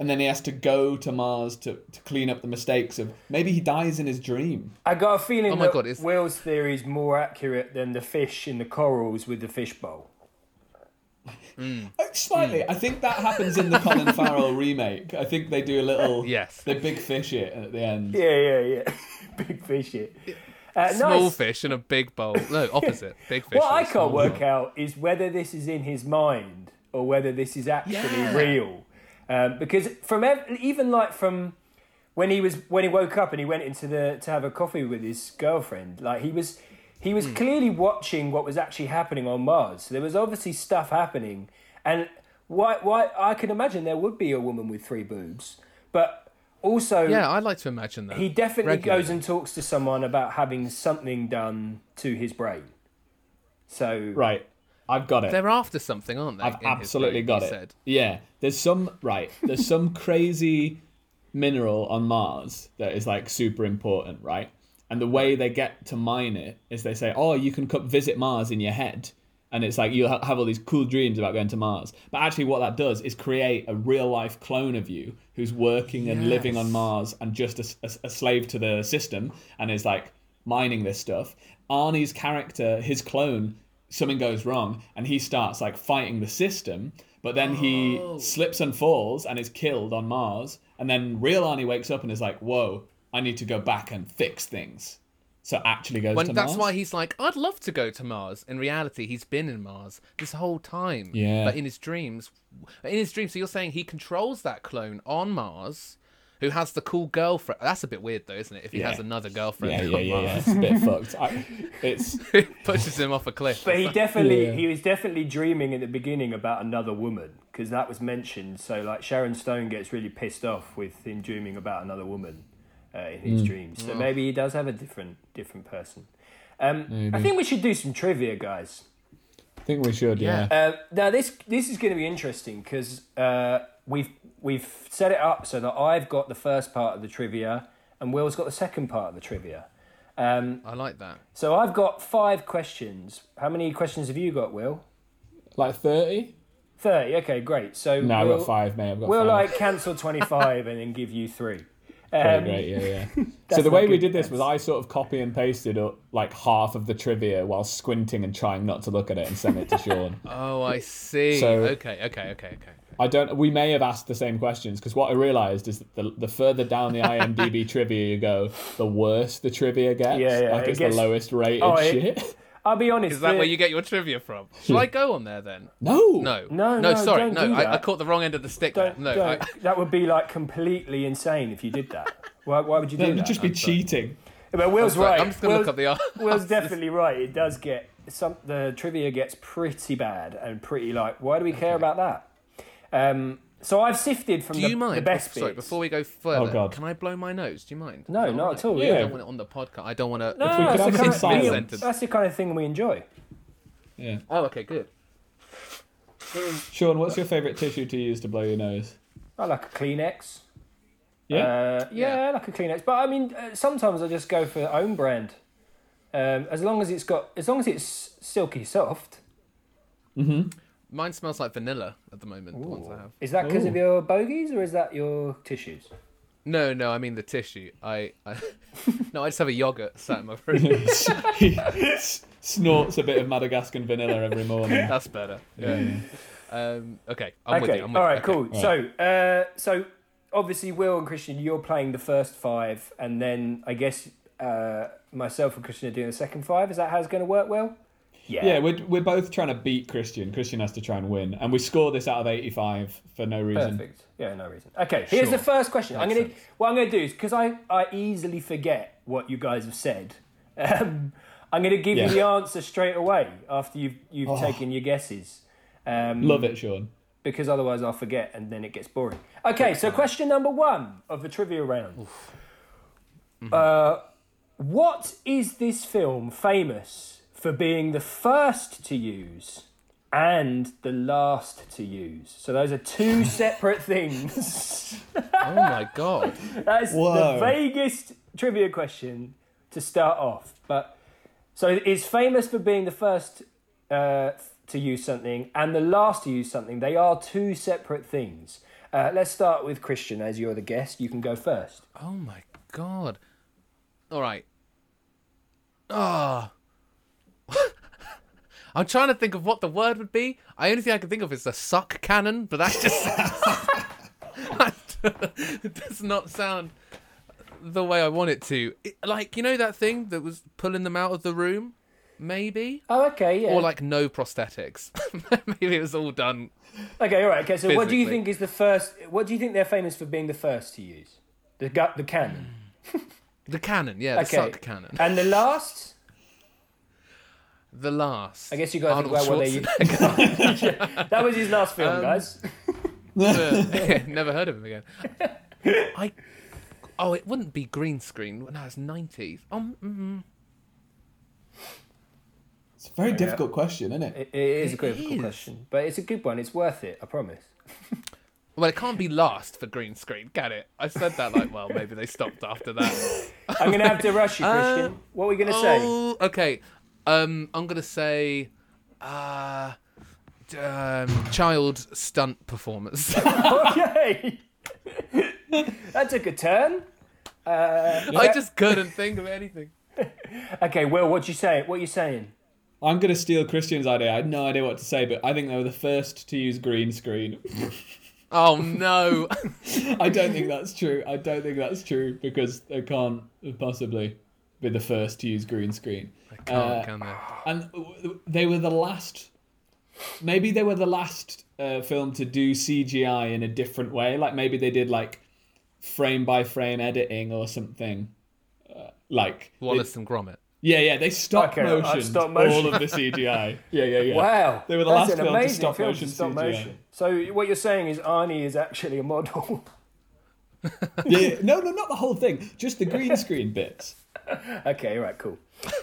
and then he has to go to Mars to to clean up the mistakes of maybe he dies in his dream. I got a feeling Oh my that God, it's- Will's theory is more accurate than the fish in the corals with the fish bowl. Oh, Slightly, I think that happens in the Colin Farrell remake. I think they do a little Yes. they big fish it at the end. Yeah, yeah, yeah. Big fish it. Uh, Small nice. fish in a big bowl. No, opposite. Big fish. What in a I small can't work out is whether this is in his mind or whether this is actually Yeah. real. Um, because from ev- even like from when he was when he woke up and he went into the to have a coffee with his girlfriend, like he was he Hmm. was clearly watching what was actually happening on Mars. So there was obviously stuff happening, and why why I can imagine there would be a woman with three boobs, but also Yeah, I like to imagine that. he definitely Regularly. goes and talks to someone about having something done to his brain. So Right, I've got it. They're after something, aren't they? in I've his absolutely book, got he it. Said. Yeah, there's some right. There's some crazy mineral on Mars that is like super important, right? And the way they get to mine it is they say, "Oh, you can co- visit Mars in your head." And it's like you'll ha- have all these cool dreams about going to Mars, but actually, what that does is create a real life clone of you who's working and living on Yes. Mars and just a s a s a a slave to the system, and is like mining this stuff. Arnie's character, his clone, something goes wrong and he starts like fighting the system, but then Oh. he slips and falls and is killed on Mars. And then real Arnie wakes up and is like, whoa, I need to go back and fix things. So actually goes When to that's Mars. why he's like, I'd love to go to Mars. In reality, he's been in Mars this whole time. Yeah. But in his dreams, in his dreams, so you're saying he controls that clone on Mars, who has the cool girlfriend. That's a bit weird, though, isn't it? If he Yeah. has another girlfriend yeah, yeah, on yeah, yeah. Mars, It's a bit fucked. I, it's pushes him off a cliff. But he definitely Yeah. he was definitely dreaming at the beginning about another woman because that was mentioned. So like Sharon Stone gets really pissed off with him dreaming about another woman uh, in Mm. his dreams. So maybe he does have a different different person. Um, I think we should do some trivia, guys. I think we should, yeah. Yeah. Uh, now this this is going to be interesting because uh, we've we've set it up so that I've got the first part of the trivia and Will's got the second part of the trivia. Um, I like that. so I've got five questions. How many questions have you got, Will? Like 30? Thirty. Okay, great. So No, we'll, I've got five, mate. I've got We'll five. like cancel twenty five and then give you three. Pretty Um, great, yeah, yeah. so the not way we good did this was defense. I sort of copy and pasted up like half of the trivia while squinting and trying not to look at it and sent it to Sean. Oh, I see. So- okay, okay, okay, okay. I don't. We may have asked the same questions because what I realised is that the, the further down the IMDb trivia you go, the worse the trivia gets. Yeah, yeah, like it it's gets- the lowest rated Oh, it- shit. I'll be honest. Is that the- where you get your trivia from? Shall I go on there then? Hmm. no, No. No, No, no, sorry. don't no, do I, I that. caught the wrong end of the stick don't- there. No. don't. I, that would be like completely insane if you did that. Why, why would you do It would that? just be I'm sorry. cheating. but Will's sorry, right. I'm just going to Will's- look up the Will's definitely right. It does get some. The trivia gets pretty bad and pretty like. Why do we care about that? Um, so I've sifted from Do the, you mind? the best Sorry, bits. before we go further, Oh, God. can I blow my nose? Do you mind? No, I don't not want at it. all, I yeah. don't want it on the podcast. I don't want to. no, we no, that's, could the have it in kind of, we- silence. that's the kind of thing we enjoy. Yeah. Oh, okay, good. Sean, what's your favourite tissue to use to blow your nose? I like a Kleenex. Yeah. Uh, yeah, like a Kleenex. But I mean, uh, sometimes I just go for own brand. Um, as long as it's got, as long as it's silky soft. Mine smells like vanilla at the moment. The ones I have. Is that because of Ooh. your bogies or is that your tissues? No, no, I mean the tissue. I, I no, I just have a yogurt sat in my room. he s- snorts a bit of Madagascar vanilla every morning. That's better. Yeah. Um, okay, I'm with okay, you. I'm with all you. right, Okay. cool. So, uh, so obviously, Will and Christian, you're playing the first five, and then I guess uh, myself and Christian are doing the second five. Is that how it's going to work, Will? Yeah, we're, we're both trying to beat Christian. Christian has to try and win. And we score this out of 85 for no reason. Perfect. Yeah, no reason. Okay, here's Sure. the first question. I'm Makes gonna what I'm gonna do is because I I easily forget what you guys have said. Um, I'm gonna give Yeah. Oh. you the answer straight away after you've you've taken your guesses. Um, Love it, Sean. because otherwise I'll forget and then it gets boring. Okay, so question number one of the trivia round. Uh, what is this film famous for being the first to use and the last to use? So those are two separate things. Oh my god. That's Whoa. the vaguest trivia question to start off. But so it's famous for being the first uh, to use something and the last to use something. They are two separate things. Uh, let's start with Christian, as you're the guest. You can go first. Oh my god. All right. Ah. I'm trying to think of what the word would be. I only thing I can think of is the suck cannon, but that's just it does not sound the way I want it to. It- like you know that thing that was pulling them out of the room, maybe, Oh, okay, yeah. or like no prosthetics. maybe it was all done. okay, all right. Okay, so what do you physically. think is the first? What do you think they're famous for being the first to use? The gut, the cannon. The cannon, yeah, the Okay. suck cannon. And the last, The last. I guess you got to think about what they use. that was his last film, Um, guys. Uh, never heard of him again. I oh, it wouldn't be green screen. No, it's nineties. Um, mm, It's a very difficult question, isn't it? It, it is a critical is. question, but it's a good one. It's worth it, I promise. well, it can't be last for green screen, can it? I said that like, well, maybe they stopped after that. I'm gonna have to rush you, Christian. what are we gonna say? Oh, okay. Um, I'm gonna say, uh, d- um, child stunt performance. okay, that took a turn. I just couldn't think of anything. Okay, Will, what'd you say? What are you saying? I'm going to steal Christian's idea. I had no idea what to say, but I think they were the first to use green screen. Oh no. I don't think that's true. I don't think that's true because they can't possibly be the first to use green screen. Can't, Uh, can they? and w- w- they were the last maybe they were the last uh, film to do cgi in a different way like maybe they did like frame by frame editing or something uh, like they- Wallace and Gromit. yeah yeah they stop Okay, motion uh, stop motion. all of the cgi yeah yeah yeah Wow, They were the that's last an film to amazing stop film motion to stop CGI. motion. So what you're saying is Arnie is actually a model. yeah, yeah. no no not the whole thing just the green screen bits okay, all right, cool.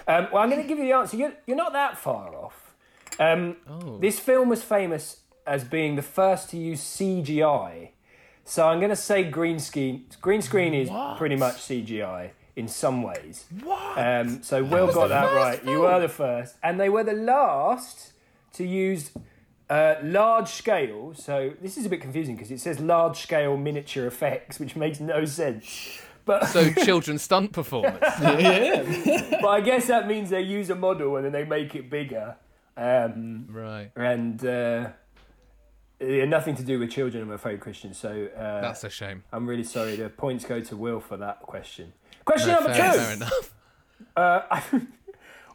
Um, well, I'm gonna give you the answer. You're, you're not that far off. Um, Oh. This film was famous as being the first to use CGI. So I'm going to say green screen. Green screen is What? pretty much CGI in some ways. What? Um, so Will was got the that first right. You film. were the first, and they were the last to use uh, large scale. So this is a bit confusing because it says large scale miniature effects, which makes no sense. But So children stunt performance. yeah, yeah. but I guess that means they use a model and then they make it bigger. Um, Right. and uh, yeah, nothing to do with children, I'm afraid, Christian. So uh, That's a shame. I'm really sorry. The points go to Will for that question. Question number fair, two. fair enough. Uh, I,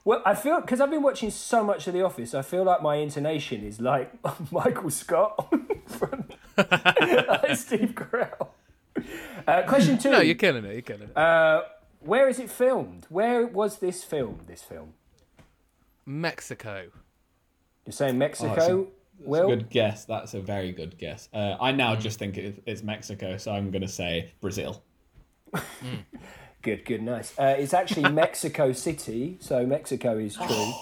well, I feel because I've been watching so much of The Office, I feel like my intonation is like Michael Scott from like Steve Carell. Uh, question two. No, you're killing it. You're killing it. uh, where is it filmed? Where was this filmed? This film. Mexico. You're saying Oh, Mexico. that's a Will good guess that's a very good guess uh, i now just think it, it's mexico so i'm going to say brazil Good, good, nice. Uh, it's actually Mexico City, so Mexico is true.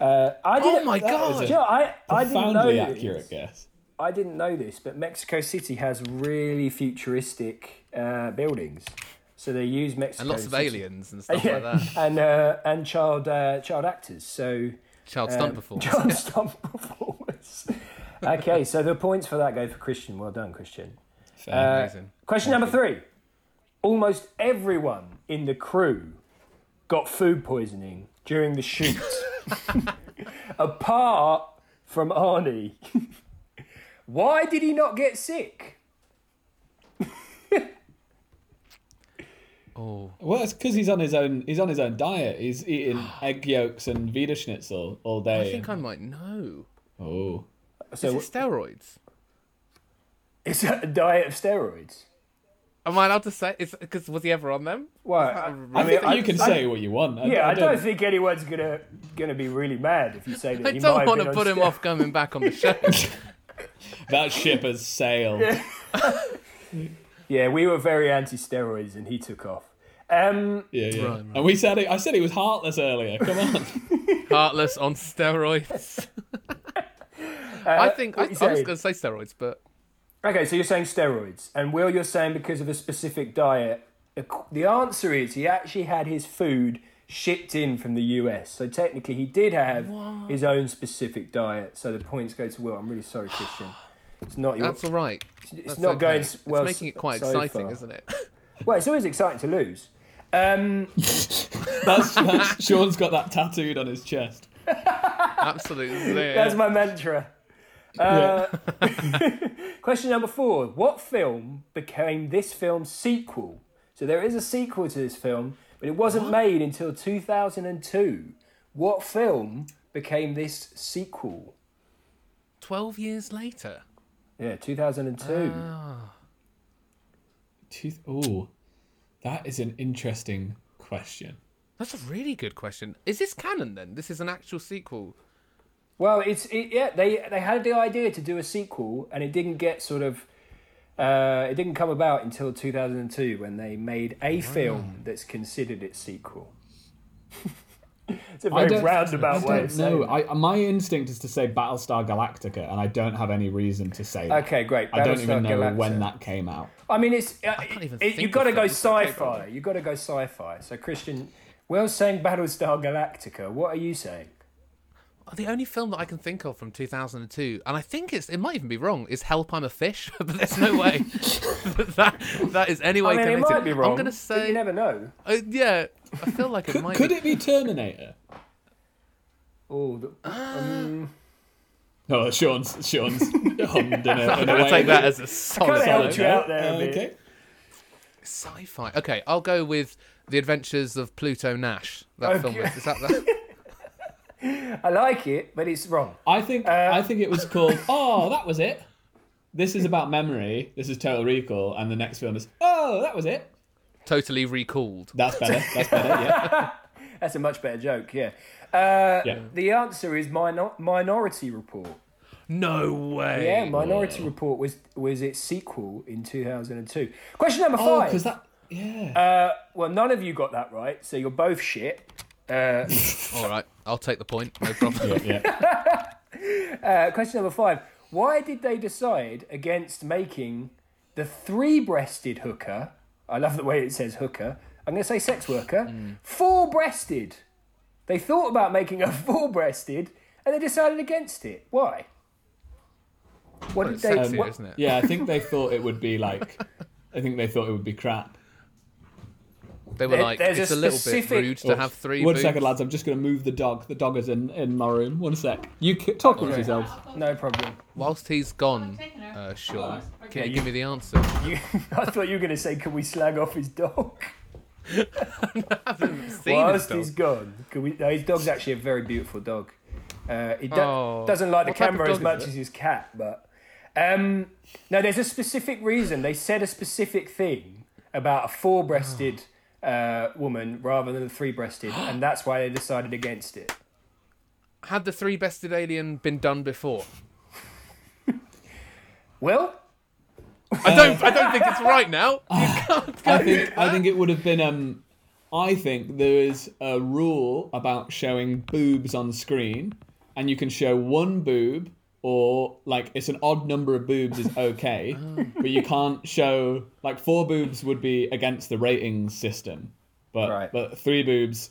Uh, I didn't, Oh my that was God. a- Do you know, I, I didn't know profoundly this. accurate guess I didn't know this, but Mexico City has really futuristic uh, buildings, so they use Mexico and lots of City. aliens and stuff Yeah, like that. and uh, and child uh, child actors. So Child um, stunt performance. Child stunt performance. okay, so the points for that go for Christian. Well done, Christian. Uh, Fair. Amazing. Question number three. Almost everyone in the crew got food poisoning during the shoot, apart from Arnie. Why did he not get sick? Oh, Well, it's because he's on his own. He's on his own diet. He's eating egg yolks and Vita Schnitzel all day. I think I might know. Oh, Is So it steroids? is that a diet of steroids? Am I allowed to say? Is because was he ever on them? Well, I I, mean, I, mean, think that I- you can I- say what you want. I, yeah, I don't think anyone's gonna gonna be really mad if you say that. I he don't might want have to been put on him steroids. off coming back on the show. that ship has sailed. Yeah, we were very anti steroids, and he took off. Um, Yeah, yeah. Right, right. And we said it. I said it was heartless earlier. Come on. Heartless on steroids. I think I, I Uh, what you was saying? going to say steroids, but Okay, so you're saying steroids, and Will, you're saying because of a specific diet. The qu- The answer is he actually had his food shipped in from the US, so technically he did have his own specific diet. So the points go to Will. I'm really sorry, Christian. It's not your. that's all right. it's That's not okay. going s- well. It's making it so- quite so exciting, far. isn't it? Well, it's always exciting to lose. Um, That's, that's Sean's got that tattooed on his chest. Absolutely. That's my mantra. Uh, question number four What film became this film's sequel? So there is a sequel to this film, but it wasn't made until 2002. What film became this sequel? Twelve years later. Yeah, 2002. Oh. Tooth. Oh, that is an interesting question. That's a really good question. Is this canon then? This is an actual sequel. Well, it's it, yeah. They they had the idea to do a sequel, and it didn't get sort of. Uh, it didn't come about until 2002 when they made a film that's considered its sequel. it's a I very don't- roundabout way of saying. No, it. I, my instinct is to say Battlestar Galactica, and I don't have any reason to say that. Okay, great. I don't even Battlestar know when Galactica. that came out. I mean, it's uh, can't even it, think you've got to of go films that take sci-fi. You've got to go sci-fi. So Christian, well, saying Battlestar Galactica. What are you saying? The only film that I can think of from 2002, and I think it's it might even be wrong, is Help I'm a Fish, but there's no way that, that that is any I way mean, it connected. might be wrong. I'm gonna but you say, never know. uh, yeah. I feel like it might. Could be. it be Terminator? Oh, the, Oh, Sean's Sean's hummed in a, I'm in a gonna way. take that as a solid. kinda no. helped you out there a bit. Okay. Sci-fi. Okay, I'll go with The Adventures of Pluto Nash. That film Okay. is. Is that that? I like it, but it's wrong. I think Uh, I think it was called. Oh, that was it. This is about memory. This is Total Recall, and the next film is. Oh, that was it. totally recalled. That's better. That's better. Yeah. That's a much better joke, yeah. Uh, Yeah. The answer is minor- Minority Report. No way. Yeah, Minority Report was was its sequel in 2002. Question number Oh, five. because that. Yeah. uh, well, none of you got that right, so you're both shit. Uh, All right, I'll take the point. No problem. yeah. uh, question number five. Why did they decide against making the three breasted hooker? I love the way it says hooker. I'm going to say sex worker. Mm. Four breasted. They thought about making a four breasted and they decided against it. Why? What Well, did it's they. sexier, what- isn't it? Yeah, I think they thought it would be like. I think they thought it would be crap. They were There- like, there's a it's a, little bit specific- rude to Oh, have three. One boobs. second, lads. I'm just going to move the dog. The dog is in, in my room. One sec. You c- talk amongst Alright. yourselves. No problem. Whilst he's gone, taking her. uh, sure. Alright. Can Oh, Okay, you you- give me the answer? You, I thought you were going to say, "Can we slag off his dog?" I haven't seen his Whilst dog. he's gone, can we? No, his dog's actually a very beautiful dog. Uh, he do- Oh. doesn't like the What type of camera dog as is much it? as his cat, but um, no, there's a specific reason. They said a specific thing about a four-breasted uh, woman rather than a three-breasted, and that's why they decided against it. Had the three bested alien been done before? Well, Uh, I don't. I don't think it's right now. I think I think it would have been. Um, I think there is a rule about showing boobs on screen, and you can show one boob or like it's an odd number of boobs is okay, Oh. but you can't show like four boobs would be against the ratings system, but Right. but three boobs.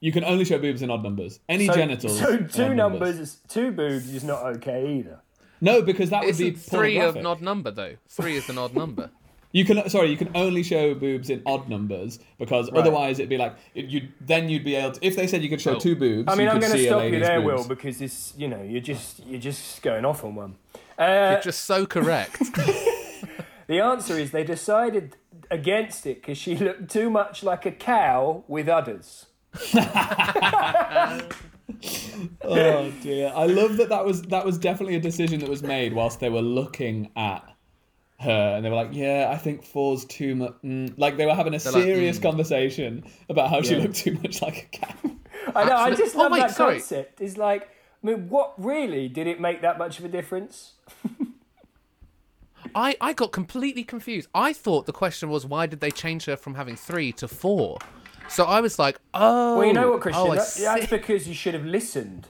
You can only show boobs in odd numbers. Any so, genitals. So in two odd numbers, is- two boobs is not okay either. No, because that would be Isn't three of pornographic. an odd number though? Three is an odd number. You can sorry, you can only show boobs in odd numbers because otherwise it'd be like you then you'd be able to if they said you could show Oh. two boobs. I mean, you I'm could going to see a stop you lady's there, boobs. Will, because this, you know, you're just you're just going off on one. Uh, You're just so correct. The answer is they decided against it because she looked too much like a cow with udders. Oh dear, I love that. That was that was definitely a decision that was made whilst they were looking at her, and they were like, "Yeah, I think four's too much." Mm. Like they were having a like, serious conversation about how she Yeah. looked too much like a cat. I know. I Absolute- just Oh, love wait, that sorry. concept. It's like, I mean, what really did it make that much of a difference? I, I got completely confused. I thought the question was why did they change her from having three to four? So I was like, oh. Well, you know what, Christian? oh, I that- that's see. because you should have listened.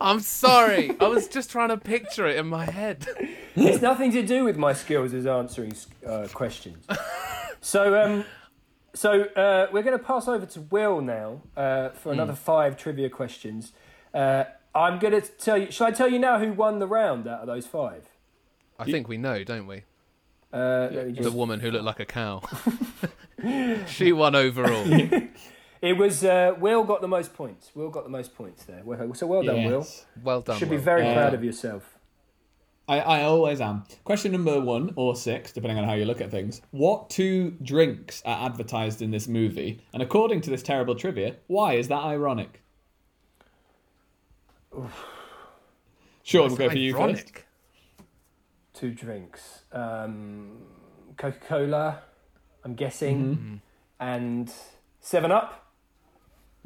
I'm sorry. I was just trying to picture it in my head. It's nothing to do with my skills as answering uh, questions. So, um, so uh, we're going to pass over to Will now uh, for Hmm. another five trivia questions. Uh, I'm going to tell you. Shall I tell you now who won the round out of those five? I think we know, don't we? Uh, let me The just, woman who looked like a cow. she won overall. it was uh, Will got the most points. Will got the most points there. Well- So well done, Will. Yes. Well done. Should be Will. very Yeah. proud of yourself. I, I always am. Question number one or six, depending on how you look at things. What two drinks are advertised in this movie? And according to this terrible trivia, why is that ironic? Sean, we'll go for you Ironic. first. Two drinks. Um, Coca Cola. I'm Mm-hmm. guessing, and Seven Up.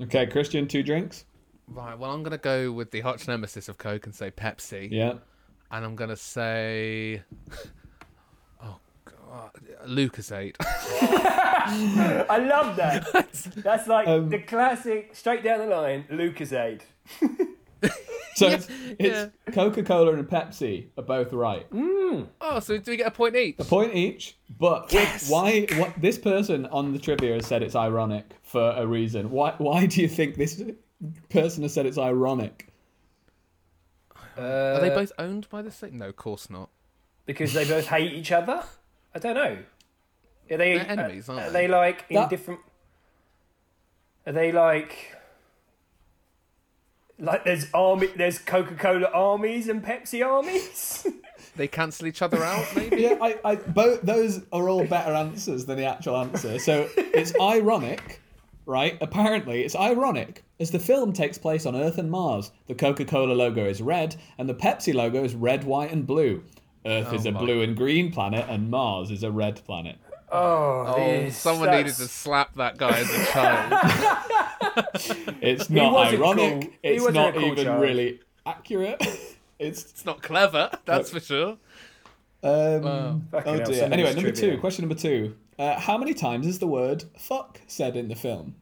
Okay, Christian, two drinks. Right, well, I'm going to go with the arch nemesis of Coke and say Pepsi. Yeah. And I'm going to say. Oh, God. Lucas 8. I love that. That's like Um, the classic, straight down the line, Lucasade. So it's, it's Coca Cola and Pepsi are both right. oh, so do we get a point each? A point each, but with- why? What this person on the trivia has said it's ironic for a reason. Why? Why do you think this person has said it's ironic? Are Uh, they both owned by the same? No, of course not. Because they both hate each other? I don't know. Are they They're enemies, aren't are they? they like in That- different. Are they like. Like there's army, there's Coca Cola armies and Pepsi armies. They cancel each other out, maybe? Yeah, I, I both those are all better answers than the actual answer. So it's ironic, right? Apparently, it's ironic as the film takes place on Earth and Mars. The Coca-Cola logo is red, and the Pepsi logo is red, white, and blue. Earth is a my. blue and green planet, and Mars is a red planet. Oh, Oh, this someone sucks. needed to slap that guy as a child. It's not wasn't ironic. cool. He It's wasn't a not cool even child. really accurate. it's it's not clever, that's for sure. um, Fucking oh hell, dear. some of Anyway, this number trivia. two. Question number two. Uh, how many times is the word "fuck" said in the film?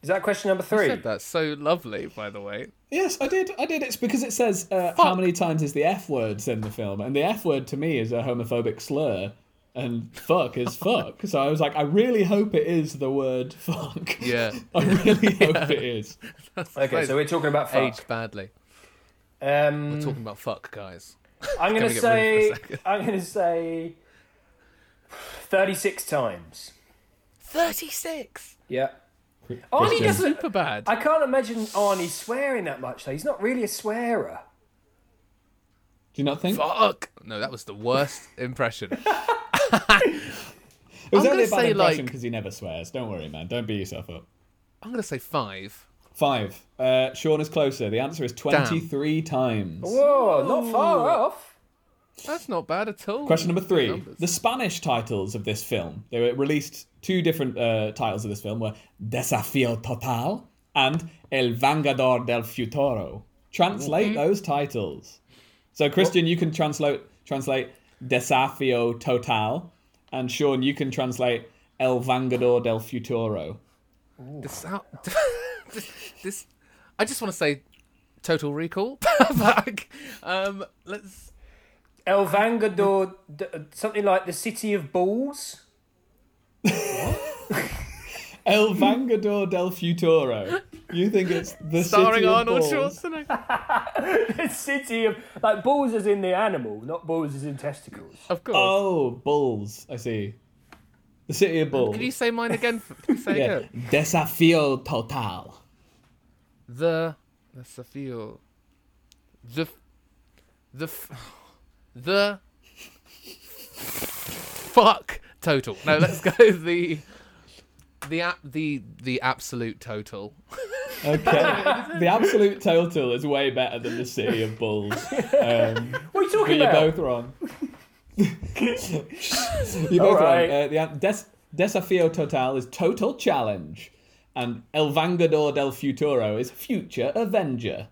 Is that question number You three? said that's so lovely, by the way. Yes, I did. I did. It's because it says uh, how many times is the F word said in the film, and the F word to me is a homophobic slur, and fuck is fuck. So I was like, I really hope it is the word fuck. Yeah. I really hope it is. Okay, so we're talking about fuck. Aged badly. Um, We're talking about fuck, guys. I'm gonna Can we get room say for a second? I'm gonna say thirty-six times. 36! Yeah. Arnie Christian. doesn't. Super bad. I can't imagine Arnie swearing that much. Though he's not really a swearer. Do you not think? Fuck! No, that was the worst impression. It was I'm only a gonna bad say, impression like- because he never swears. Don't worry, man. Don't beat yourself up. I'm going to say five. Five. Uh, Sean is closer. The answer is 23 times. Whoa, not far off. That's not bad at all. Question number three. Numbers. The Spanish titles of this film. They were released two different uh, titles of this film were Desafío Total and El Vangador del Futuro. Mm-hmm. Translate those titles. So Christian, you can translate translate Desafío Total, and Sean, you can translate El Vangador del Futuro. This, how, this, this- I just want to say Total Recall. Fuck. um, let's. El Vangador, d- uh, something like the City of Balls. El Vangador del Futuro. You think it's the Starring city of Arnold balls. Schwarzenegger. the City of like balls is in the animal, not balls is in testicles. Of course. Oh, bulls. I see. The city of bulls. Can you say mine again? Can you say Oh. Yeah. again? Desafío total. The. That's a feel. The. f- The. f- The. Fuck total. No, let's go the. The app, the the absolute total. Okay. the absolute total is way better than the city of bulls. Um, What are you talking but you're about? both wrong. you're All both right. wrong. Uh, the an- des- Desafío total is total challenge, and El Vangador del Futuro is future avenger.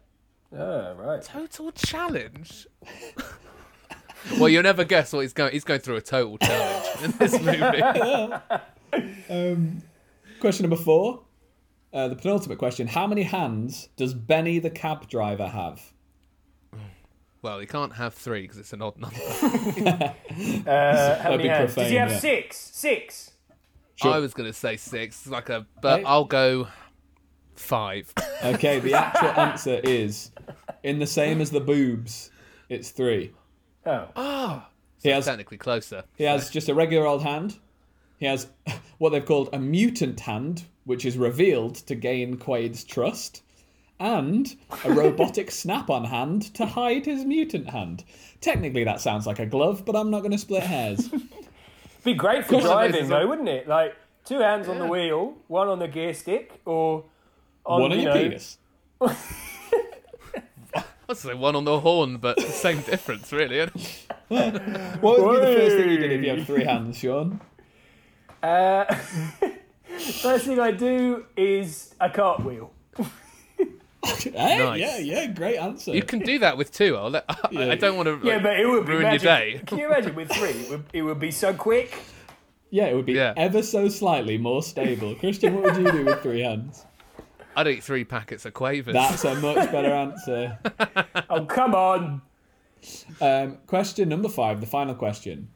Oh, right. Total challenge. Well, you'll never guess what he's going. He's going through a total challenge in this movie. Um, question number four, uh, the penultimate question: How many hands does Benny the cab driver have? Well, he can't have three because it's an odd number. Uh, how That'd many be hands? Does he profane, have yeah. six? Six. Sure. I was going to say six, like a, but Right. I'll go five. Okay, the actual answer is in the same as the boobs. It's three. Oh. Ah, He has Technically closer. he has just a regular old hand. He has what they've called a mutant hand, which is revealed to gain Quaid's trust, and a robotic snap-on hand to hide his mutant hand. Technically, that sounds like a glove, but I'm not going to split hairs. Be great for I suppose driving it's though, all- wouldn't it? Like two hands on the Yeah. wheel, one on the gear stick, or on, One on you your know, penis. I'd say one on the horn, but same difference, really. What would be the first thing you did if you had three hands, Sean? Uh, first thing I do is a cartwheel. hey, Nice. yeah, yeah, great answer. You can do that with two. I'll let, I, I don't want to. Like, Yeah, but it would be ruin magic. your day. Can you imagine with three? It would, it would be so quick. Yeah, it would be Yeah. ever so slightly more stable. Christian, what would you do with three hands? I'd eat three packets of quavers. That's a much better answer. Oh come on! Um, question number five, the final question.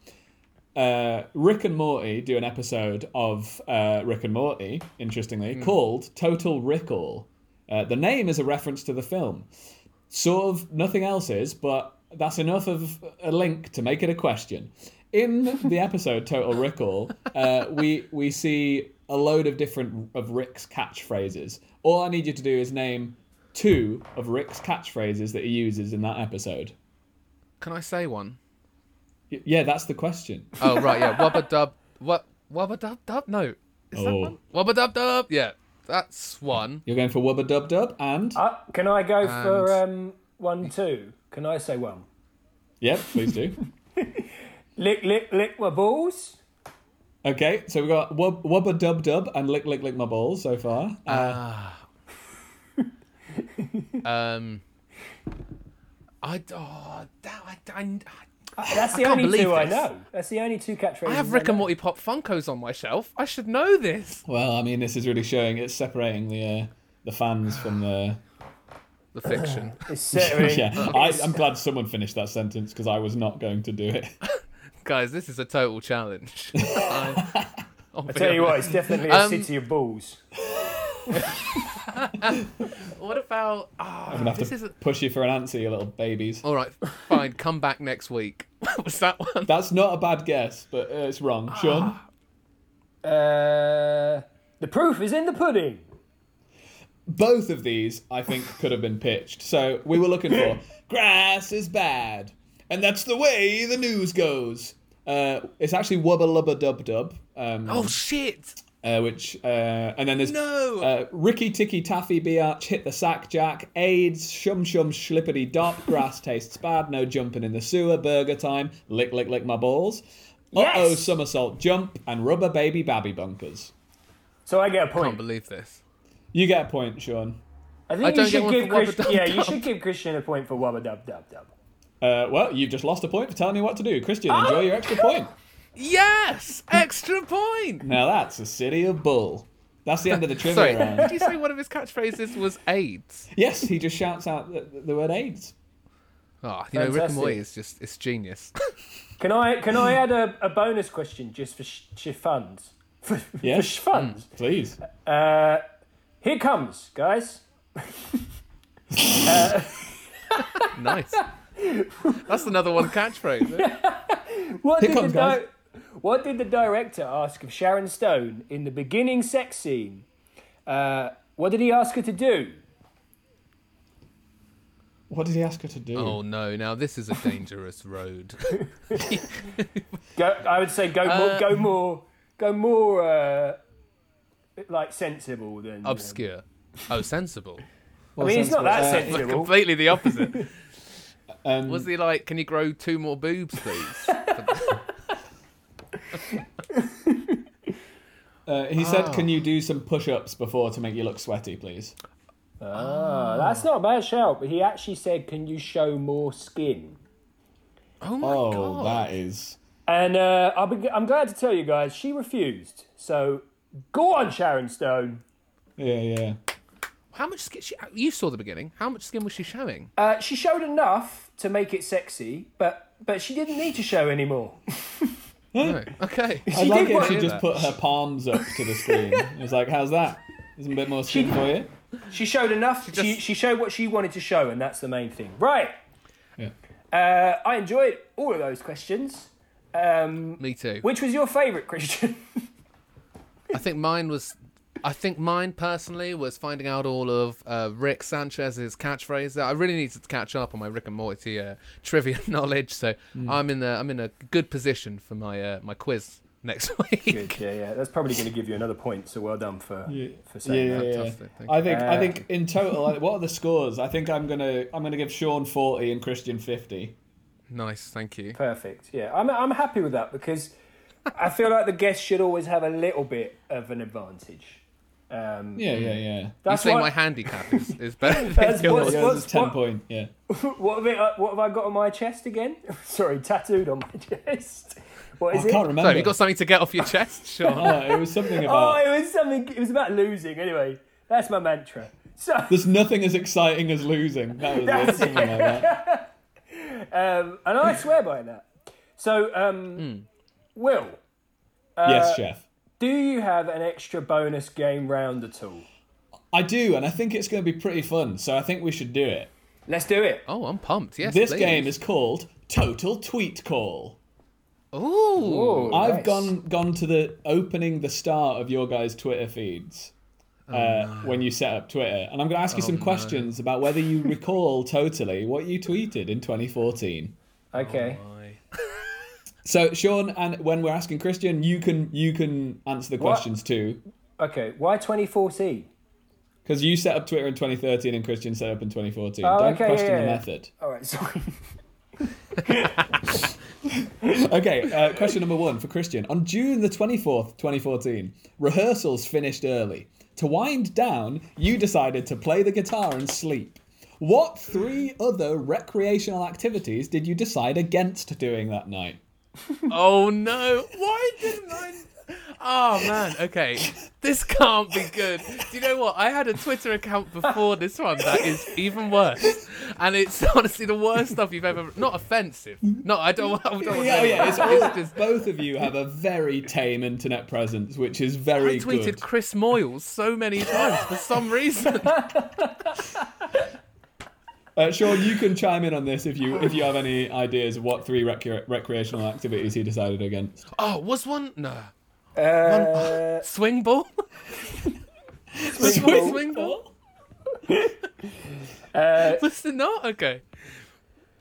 Uh, Rick and Morty do an episode of uh, Rick and Morty, interestingly, called Total Rickall. Uh, the name is a reference to the film. Sort of nothing else is, but that's enough of a link to make it a question. In the episode Total Rickall, uh, we we see a load of different of Rick's catchphrases. All I need you to do is name two of Rick's catchphrases that he uses in that episode. Can I say one? Y- Yeah, that's the question. Oh right, yeah. Wubba dub. What? Wubba dub dub. No. Is that Oh. one? Wubba dub dub. Yeah, that's one. You're going for Wubba Dub Dub and. Ah. Uh, can I go for um, one, two? Can I say one? Yep, please do. Lick, lick, lick my balls. Okay, so we've got Wub, Wubba Dub Dub and Lick Lick Lick My Balls so far. Uh, Um. I oh, that, I, I, That's the can't only believe two I this. know. That's the only two catchphrases. I have Rick and know. Morty pop Funkos on my shelf. I should know this. well, I mean, this is really showing it's separating the uh, the fans from the. The fiction. It's certainly- Yeah, I, I'm glad someone finished that sentence because I was not going to do it. Guys, this is a total challenge. I, I'll I tell you what, it's definitely a Um, city of balls. What about? ah, I'm gonna have this to isn't. push you for an answer, you little babies. All right, fine. Come back next week. Was that one? That's not a bad guess, but uh, it's Ah. wrong. Sean, Uh, the proof is in the pudding. both of these I think could have been pitched. So we were looking for grass is bad, and that's the way the news goes. Uh, it's actually wubba lubba dub dub, um, Oh shit! uh, which uh, and then there's No. uh, Ricky Ticky Taffy Biatch hit the sack Jack AIDS Shum Shum Schlippity Dop Grass tastes bad no jumping in the sewer Burger time lick lick lick my balls uh Yes! oh somersault jump and rubber baby babby bunkers. So I get a I can't point. believe this. You get a point, Sean. I think I don't you get should one give for Wubba Christian. Dub Yeah, you Dub. should give Christian a point for Wubba Dub Dub Dub. Uh, well, you've just lost a point for telling me what to do. Christian, enjoy your extra point. Yes, extra point. Now that's a city of bull. That's the end of the trivia Sorry, round. did you say one of his catchphrases was AIDS? Yes, he just shouts out the, the word AIDS. Ah, you know, Rick and Fantastic. Morty is just it's genius. Can I can I add a, a bonus question just for sh- sh- funds? For, Yeah. for sh- funds. Please. Uh, here comes, guys. nice. That's another one catchphrase. isn't it? What Here did comes, the guys. What did the director ask of Sharon Stone in the beginning sex scene? Uh, what did he ask her to do? What did he ask her to do? Oh no! Now this is a dangerous road. Go, I would say go more, Uh, go more, go more uh, like sensible than you know. Obscure. Oh, sensible. I mean, it's not that sensible. sensible. Completely the opposite. Uh, um, Was he like, "Can you grow two more boobs, please?" uh, he said, Ah. "Can you do some push-ups before to make you look sweaty, please?" Oh, that's not a bad shout, but he actually said, "Can you show more skin?" Oh my Oh, god. that is. And uh, I'll be, I'm glad to tell you guys, she refused. So go on, Sharon Stone. Yeah, yeah. How much skin? She, you saw the beginning. How much skin was she showing? Uh, she showed enough to make it sexy, but but she didn't need to show anymore. no. Okay. I like did it if want- she Yeah, just that. put her palms up to the screen. It was like, how's that? There's a bit more skin for you. She showed enough. She, she, just- showed what she wanted to show, and that's the main thing. Right. Yeah. Uh, I enjoyed all of those questions. Um, Me too. which was your favourite, Christian? I think mine was. I think mine personally was finding out all of uh, Rick Sanchez's catchphrase. I really need to catch up on my Rick and Morty uh, trivia knowledge, so Mm. I'm in the I'm in a good position for my uh, my quiz next week. Good, yeah, yeah. That's probably going to give you another point. So well done for Yeah. for Yeah, saying yeah, that. yeah. Fantastic, thank I think I Uh, think in total, I- what are the scores? I think I'm gonna I'm gonna give Sean forty and Christian fifty. Nice, thank you. Perfect. Yeah, I'm I'm happy with that because I feel like the guests should always have a little bit of an advantage. Um, Yeah, yeah, yeah. You That's say why- my handicap is, is better That's than yours. what's- Yours is ten what- point. Yeah. What have, it, what have I got on my chest again? Sorry, tattooed on my chest. What is I it? can't So remember. have you got something to get off your chest, Sean? oh, it was something Oh, about. it was something. It was about losing. Anyway, that's my mantra. So There's nothing as exciting as losing. That was it, That's something like that. Um, and I swear by that. So, um, Will, Uh, yes, chef. do you have an extra bonus game round at all? I do, and I think it's going to be pretty fun. So I think we should do it. Let's do it. Oh, I'm pumped. Yes, This please. game is called Total Tweet Call. Ooh. Ooh, I've Oh, nice. gone gone to the opening the start of your guys' Twitter feeds Oh, uh, when you set up Twitter, and I'm going to ask you some questions about whether you recall totally what you tweeted in 2014. Okay. My. So Sean, and when we're asking Christian, you can you can answer the questions too. Okay. Why 2014? Because you set up Twitter in 2013 and Christian set up in 2014. Oh, Don't okay, yeah, question yeah, the yeah. method. All right. Sorry. Okay, uh, question number one for Christian. On June the 24th, 2014, rehearsals finished early. To wind down, you decided to play the guitar and sleep. What three other recreational activities did you decide against doing that night? Oh no! Why didn't I? Oh man. Okay, this can't be good. Do you know what? I had a Twitter account before this one that is even worse, and it's honestly the worst stuff you've ever. Not offensive. No, I don't. I don't want Yeah, oh, yeah, it's all, it's just. both of you have a very tame internet presence, which is I very tweeted good. Chris Moyles so many times for some reason. Uh, Sean, you can chime in on this if you if you have any ideas of what three recre- recreational activities he decided against. Oh, was one? No. Uh, Swing ball? swing Was ball. swing ball? Uh, Was it not? Okay.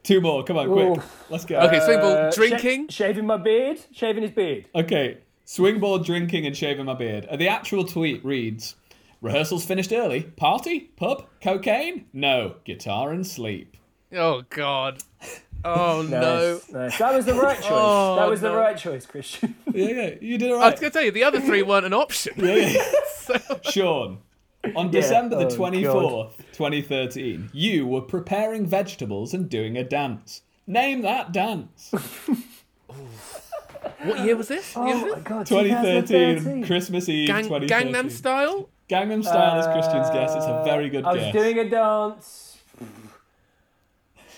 Two more, come on, quick. Oof. Let's go. Okay, swing ball. uh, sha- Drinking? shaving my beard. Shaving his beard. Okay, swingboard drinking and shaving my beard. Uh, The actual tweet reads Rehearsals finished early. Party? Pub? Cocaine? No. Guitar and sleep. Oh, God. Oh, no. Nice, nice. That was the right choice. Oh, that was the no. right choice, Christian. Yeah, yeah, you did all I was right. going to tell you, the other three weren't an option. so, Sean, on December the oh, 24th, 2013, you were preparing vegetables and doing a dance. Name that dance. what year was this? Year was oh my this? god. 2013, Christmas Eve, Gang, 2013. Gangnam Style? Gangnam Style is Christian's guess. It's a very good Uh, I was guess. doing a dance.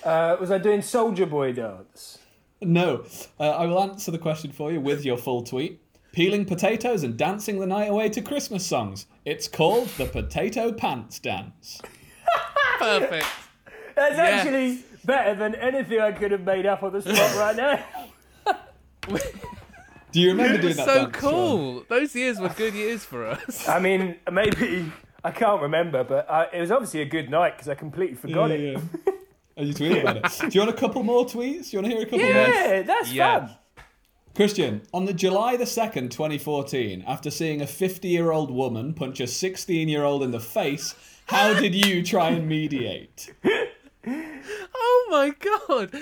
Uh, was I doing Soldier Boy dance? No, uh, I will answer the question for you with your full tweet. Peeling potatoes and dancing the night away to Christmas songs. It's called the Potato Pants Dance. Perfect. That's Yes. actually better than anything I could have made up on the spot right now. Do you remember It doing was that? so dance, Sean? cool. Those years were good years for us. I mean, maybe I can't remember, but I, it was obviously a good night because I completely forgot Yeah, it. yeah. Are you tweeting about it? Do you want a couple more tweets? Do you want to hear a couple Yeah, more? that's Yeah. fun. Christian, on the July the 2nd, 2014, after seeing a 50-year-old woman punch a 16-year-old in the face, how did you try and mediate? Oh my god.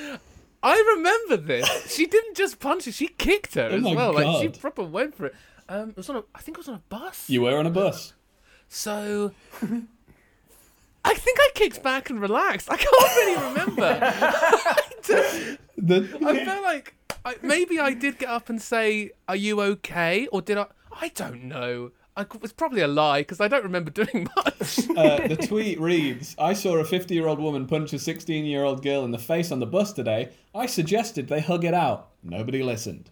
I remember this. She didn't just punch her, she kicked her Oh as my well. Like she God. proper went for it. Um, it was on a, I think it was on a bus. You were on a bus. So I think I kicked back and relaxed. I can't really remember. I, don't- I felt like I, maybe I did get up and say, "Are you okay?" or did I? I don't know. I, it's probably a lie because I don't remember doing much. Uh, the tweet reads I saw a 50 year old woman punch a 16 year old girl in the face on the bus today. I suggested they hug it out. Nobody listened.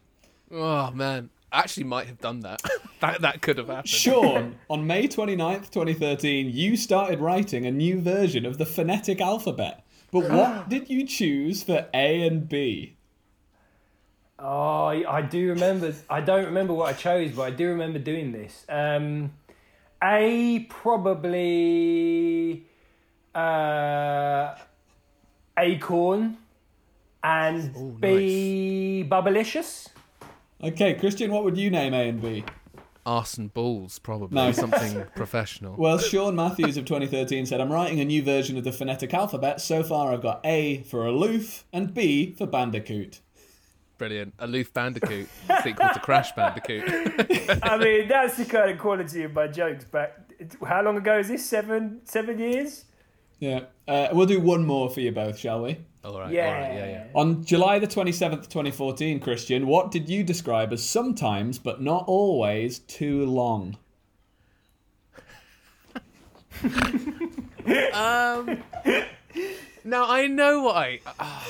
oh man, I actually might have done that. that that could have happened. Sean, on May 29th, 2013, you started writing a new version of the phonetic alphabet. But what did you choose for A and B? Oh, I I do remember. I don't remember what I chose, but I do remember doing this. Um, A probably uh, acorn, and B bubblicious. Okay, Christian, what would you name A and B? Arson balls, probably No. something professional. Well, Sean Matthews of 2013 said, I'm writing a new version of the phonetic alphabet. So far, I've got A for aloof and B for bandicoot. Brilliant. Aloof Bandicoot, sequel to Crash Bandicoot. I mean, that's the kind of quality of my jokes. But how long ago is this? Seven seven years. Yeah. Uh, we'll do one more for you both, shall we? All right, all Yeah. right, yeah, yeah. On July the 27th, 2014, Christian, what did you describe as sometimes, but not always, too long? Now I know what I. I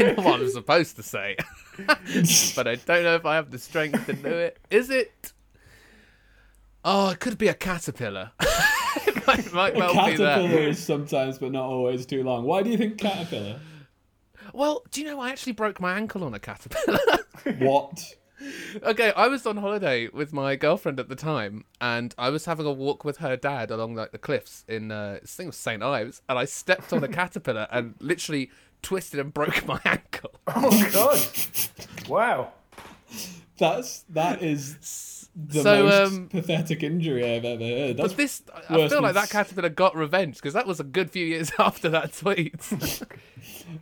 know what I'm supposed to say, but I don't know if I have the strength to do it. Is it? Oh, it could be a caterpillar. it might, might well be Caterpillar that. is sometimes, but not always, too long. Why do you think caterpillar? Well, do you know I actually broke my ankle on a caterpillar? what? okay, I was on holiday with my girlfriend at the time, and I was having a walk with her dad along like the cliffs in uh, I think it was St Ives, and I stepped on a caterpillar and literally twisted and broke my ankle. Oh God! wow. That's that is the So, most um, pathetic injury I've ever heard. That's But this, I- I worse feel like than- that caterpillar got revenge because that was a good few years after that tweet.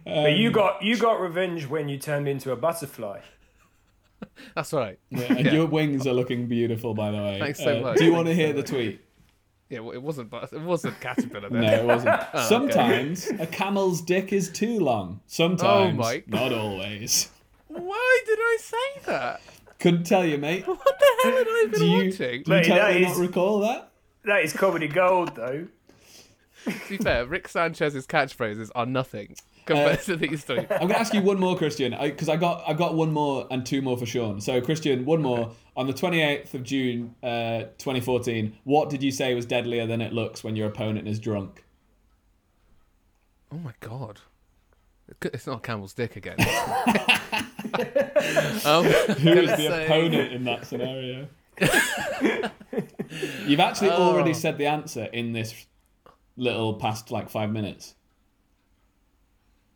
But Um, you got you got revenge when you turned into a butterfly. That's all right. Yeah, and your wings are looking beautiful, by the way. Uh, Thanks so much. Do you want to hear the tweet? Yeah, well, it wasn't. but- It wasn't caterpillar. Then. No, it wasn't. Oh, Sometimes a camel's dick is too long. Sometimes, my- not always. Why did I say that? Couldn't tell you, mate. What the hell had I been Do you, do you watching? Mate, that totally is- not recall that? That is comedy gold, though. To be fair, Rick Sanchez's catchphrases are Uh, nothing compared to these three. I'm gonna ask you one more, Christian, because I, got I got one more and two more for Sean. So, Christian, one more on the 28th of June, uh, 2014. What did you say was deadlier than it looks when your opponent is drunk? Oh my god. It could- It's not Campbell's dick again. Um, Who is gonna the say- opponent in that scenario? You've actually Oh. already said the answer in this little past like five minutes.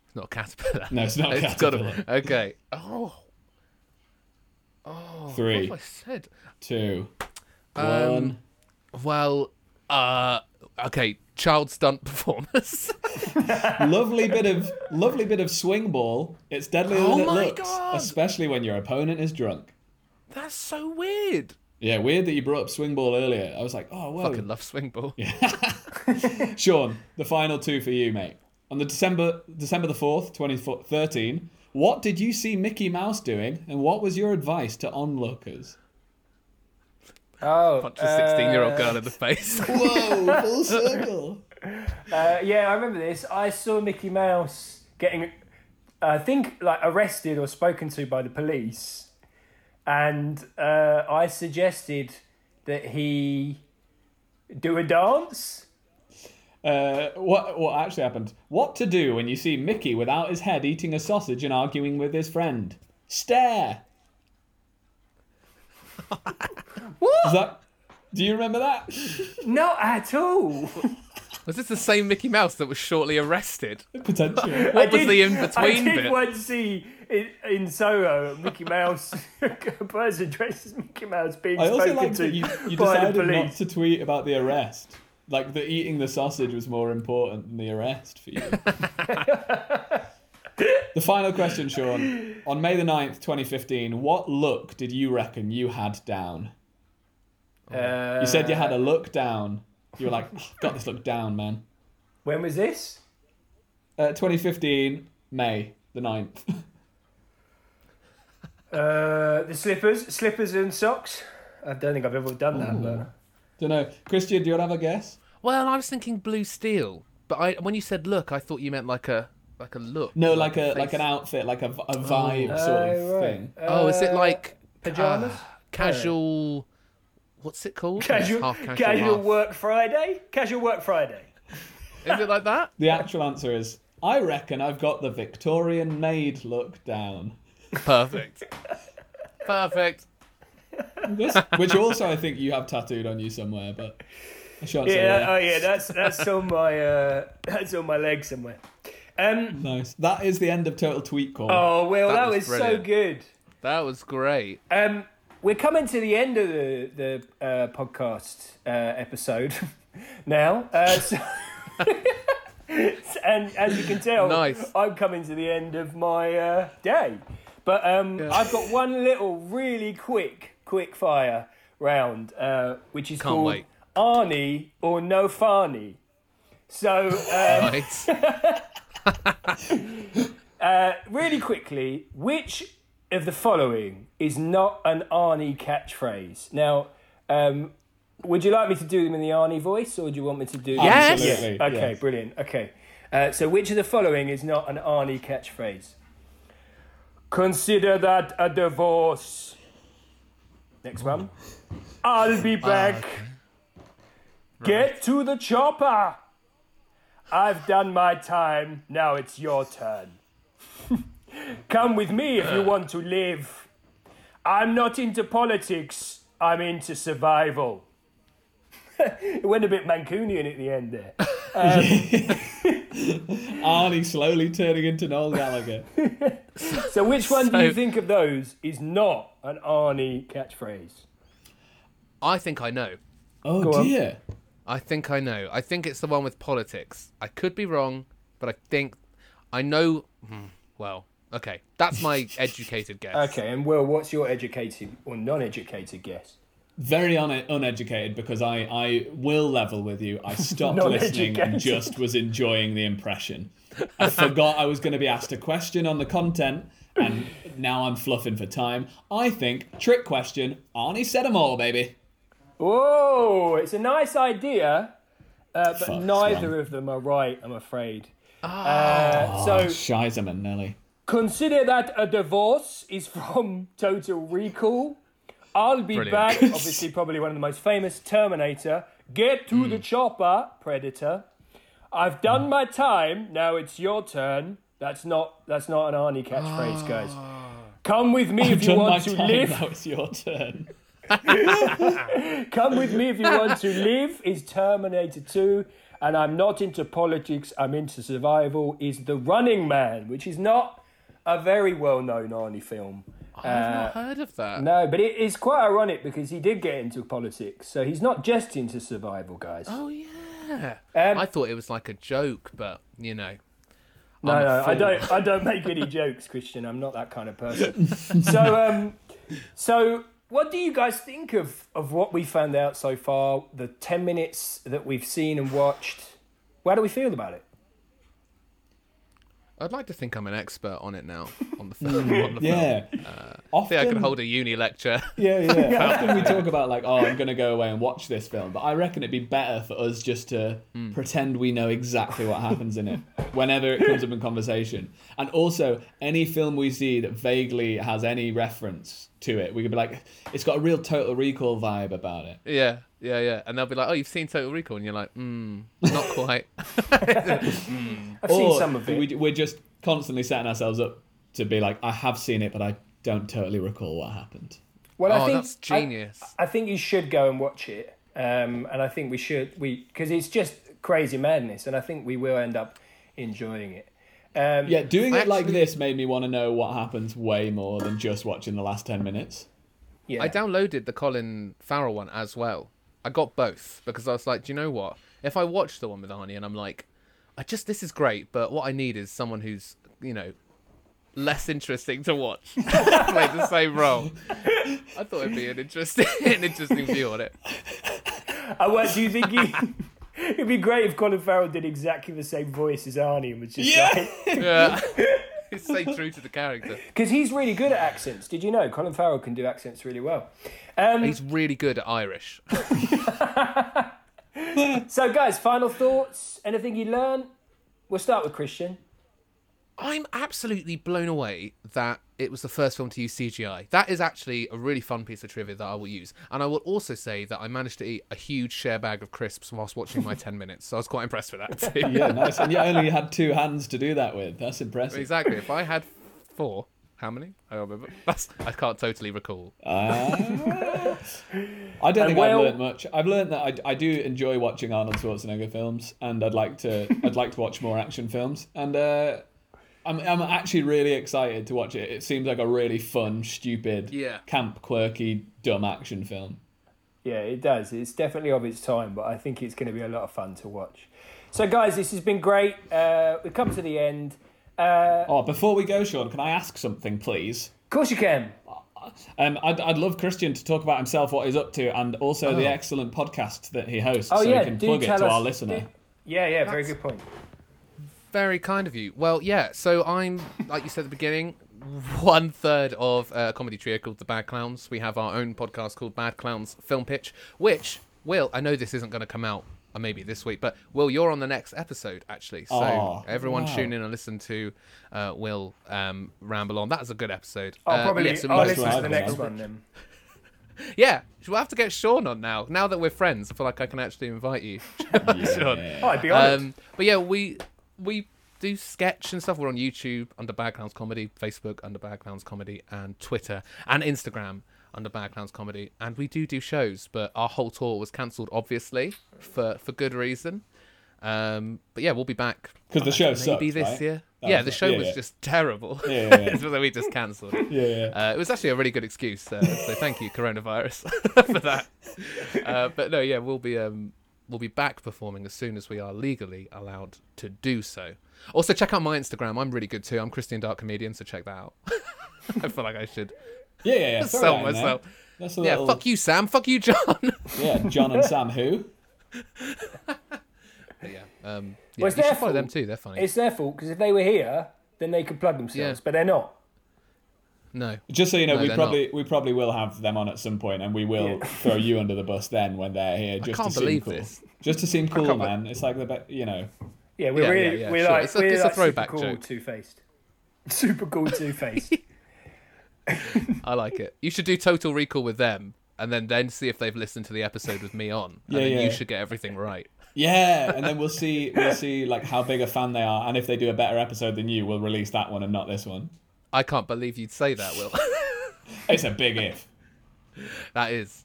It's not a caterpillar. No, it's not a It's gotta- caterpillar. okay. Oh, what Oh, Three, have I said? two, one. Um, Well, uh, okay. Child stunt performance. lovely bit of lovely bit of swing ball. It's deadlier Oh than it my looks, God. especially when your opponent is drunk. That's so weird. Yeah, weird that you brought up swing ball earlier. I was like, oh whoa. Fucking love swing ball. Sean, the final two for you, mate. On the December December the fourth, twenty thirteen. What did you see Mickey Mouse doing, and what was your advice to onlookers? Oh, Punch a 16 year old girl in the face. Whoa, full circle. Uh, yeah, I remember this. I saw Mickey Mouse getting, I think, like arrested or spoken to by the police, and uh, I suggested that he do a dance. Uh, what what actually happened? What to do when you see Mickey without his head eating a sausage and arguing with his friend? Stare. what? Is that? Do you remember that? Not at all. Was this the same Mickey Mouse that was shortly arrested? Potentially. What was did- the in I between did bit? once see in, in Soho Mickey Mouse, a person dressed as Mickey Mouse being I also spoken like to that you, you by the decided not police. to tweet about the arrest. Like the eating the sausage was more important than the arrest for you. the final question, Sean. On May the 9th, 2015, what look did you reckon you had down? Uh, You said you had a look down. You were like, "Oh, got this look down, man. When was this? Uh, 2015, May the 9th. Uh, the slippers, slippers and socks. I don't think I've ever done that. But Don't know. Christian, do you have a guess? Well, I was thinking blue steel, but I when you said look, I thought you meant like a like a look. No, like a face. like an outfit, like a, v- a vibe sort of Oh, right. thing. Oh, is it Uh, like pajamas? uh, casual? What's it called? casual, Half casual, half- work Friday? Casual work Friday. Is it like that? The actual answer is, I reckon I've got the Victorian maid look down. Perfect. Perfect. This, which also I think you have tattooed on you somewhere, but I shan't say Yeah. where. Oh, yeah. That's that's on my uh, that's on my leg somewhere. Um. Nice. That is the end of Total Tweet Call. Oh well, That that, was was, so brilliant. good. That was great. Um, we're coming to the end of the the uh, podcast uh, episode now. Uh, so, and as you can tell, Nice. I'm coming to the end of my uh, day. But um, Yeah. I've got one little really quick quick fire round, uh, which is Can't called wait. Arnie or No Farnie. So. Uh, Nice. really quickly, which of the following is not an Arnie catchphrase? Now, um, would you like me to do them in the Arnie voice, or do you want me to do? Yes! Absolutely, Yeah. Okay. yes. Brilliant. Okay. Uh, so, which of the following is not an Arnie catchphrase? Consider that a divorce. Next one. I'll be back. Get to the chopper. I've done my time. Now it's your turn. Come with me if you want to live. I'm not into politics. I'm into survival. it went a bit Mancunian at the end there. Arnie slowly turning into Noel Gallagher. So, which one do you So- think of those is not an Arnie catchphrase? I think I know. Oh on. dear. I think I know. I think it's the one with politics. I could be wrong, but I think I know. hmm, Well, okay, that's my educated guess. Okay, and well, what's your educated or non-educated guess? Very un- uneducated because I, I will level with you. I stopped Not listening and educated. just was enjoying the impression. I forgot I was going to be asked a question on the content and now I'm fluffing for time. I think, trick question, Arnie said them all, baby. Oh, it's a nice idea, uh, but Fuck, it's neither wrong. of them are right, I'm afraid. Uh, so, Shiza and Nelly. Consider that a divorce is from Total Recall. I'll be Brilliant. back. Obviously, probably one of the most famous Terminator. Get to Hmm. the chopper, Predator. I've done my time. Now it's your turn. That's not that's not an Arnie catchphrase, guys. Come with me if you Ah. Done my want to time, live. now it's your turn. Come with me if you want to live is Terminator 2. And I'm not into politics, I'm into survival is The Running Man, which is not a very well known Arnie film. I've not heard of that. Uh, No, but it is quite ironic because he did get into politics, so he's not just into survival, guys. Oh yeah. Um, I thought it was like a joke, but you know. no, I'm a no, I fool. don't. I don't make any jokes, Christian. I'm not that kind of person. so, um, so what do you guys think of of what we found out so far? The ten minutes that we've seen and watched. How do we feel about it? I'd like to think I'm an expert on it now, on the film. on the film. Mm, Yeah. I think I Often could hold a uni lecture. Yeah, yeah. Often we talk about like, oh, I'm gonna go away and watch this film, but I reckon it'd be better for us just to Hmm. pretend we know exactly what happens in it whenever it comes up in conversation. And also, any film we see that vaguely has any reference to it, we could be like, it's got a real Total Recall vibe about it. yeah, yeah, yeah. And they'll be like, "Oh, you've seen Total Recall," and you're like, "Hmm, not quite." I've or seen some of it. We, we're just constantly setting ourselves up to be like, I have seen it, but I don't totally recall what happened. well, oh, that's genius. I think you should go and watch it, um, and I think we should we because it's just crazy madness, and I think we will end up enjoying it. Um, Yeah, doing it like Actually- this made me want to know what happens way more than just watching the last ten minutes. yeah. I downloaded the Colin Farrell one as well. I got both because I was like, do you know what? If I watch the one with Arnie and I'm like, I just this is great, but what I need is someone who's you know less interesting to watch play the same role. I thought it'd be an interesting, an interesting view on it. I what do you think you? It'd be great if Colin Farrell did exactly the same voice as Arnie and was just Yeah. like, Yeah. it's stay true to the character. because he's really good at accents. Did you know Colin Farrell can do accents really well? Um, He's really good at Irish. so, guys, final thoughts? Anything you learn? We'll start with Christian. I'm absolutely blown away that it was the first film to use CGI. That is actually a really fun piece of trivia that I will use. And I will also say that I managed to eat a huge share bag of crisps whilst watching my 10 minutes. So I was quite impressed with that too. Yeah, nice. And you only had two hands to do that with. That's impressive. Exactly. If I had four, how many? I don't remember. That's, I can't totally recall. Ah. I And don't think well- I've learned much. I've learned that I, I do enjoy watching Arnold Schwarzenegger films, and I'd like to I'd like to watch more action films. And uh, I'm I'm actually really excited to watch it. It seems like a really fun, stupid, Yeah. camp, quirky, dumb action film. Yeah, it does. It's definitely of its time, but I think it's going to be a lot of fun to watch. So, guys, this has been great. Uh, we've come to the end. Uh, Oh, before we go, Sean, can I ask something, please? of course, you can. Um, I'd, I'd love Christian to talk about himself, what he's up to, and also the Oh. excellent podcast that he hosts, Oh so yeah, he can do plug it tell to us, our listener. do- yeah, yeah, very That's- good point. Very kind of you. Well, yeah. So I'm, like you said at the beginning, one third of a comedy trio called the Bad Clowns. We have our own podcast called Bad Clowns Film Pitch, which will. I know this isn't going to come out uh, maybe this week, but Will, you're on the next episode actually. So Oh, everyone wow. tune in and listen to uh, Will um, ramble on. That is a good episode. I'll Uh, probably yes, it I'll was- listen to the I've next got. one then. yeah. We'll have to get Sean on now. Now that we're friends, I feel like I can actually invite you, Sean. Oh, I'd be honest. Um, but yeah, we we do sketch and stuff. We're on YouTube under Bad Clowns Comedy, Facebook under Bad Clowns Comedy, and Twitter and Instagram under Bad Clowns Comedy. And we do do shows, but our whole tour was cancelled, obviously, for for good reason. Um, but yeah, we'll be back 'Cause the show Oh, maybe sucked, this right? year. That yeah, was the it. show Yeah, was yeah. just terrible. Yeah, yeah, yeah. so we just cancelled. it. Yeah, yeah. Uh, it was actually a really good excuse, uh, so thank you, coronavirus, for that. Uh, but no, yeah, we'll be um, we'll be back performing as soon as we are legally allowed to do so. Also, check out my Instagram. I'm really good too. I'm Christian Dark Comedian, so check that out. I feel like I should. yeah, yeah, yeah. Throw Sell that in there. myself. That's a Yeah, little, fuck you, Sam. Fuck you, John. Yeah, John and Sam who? But yeah, um, yeah, Well, it's you their should follow them fault. too. They're funny. It's their fault because if they were here, then they could plug themselves, Yeah. but they're not. No, Just so you know, No, we they're probably we probably will have them on at some point, and we will throw you under the bus then when they're here. Just can't to believe seem cool. this. Just to seem cool, can't be- man. It's like the be- you know. Yeah, we're Yeah, really yeah, yeah, we're sure. like It's a- we're it's a like throwback super cool joke. two faced, super cool two faced. I like it. You should do Total Recall with them, and then then see if they've listened to the episode with me on. And Yeah, then yeah. You should get everything right. Yeah, and then we'll see we'll see like how big a fan they are, and if they do a better episode than you, we'll release that one and not this one. I can't believe you'd say that, Will. It's a big if. That is.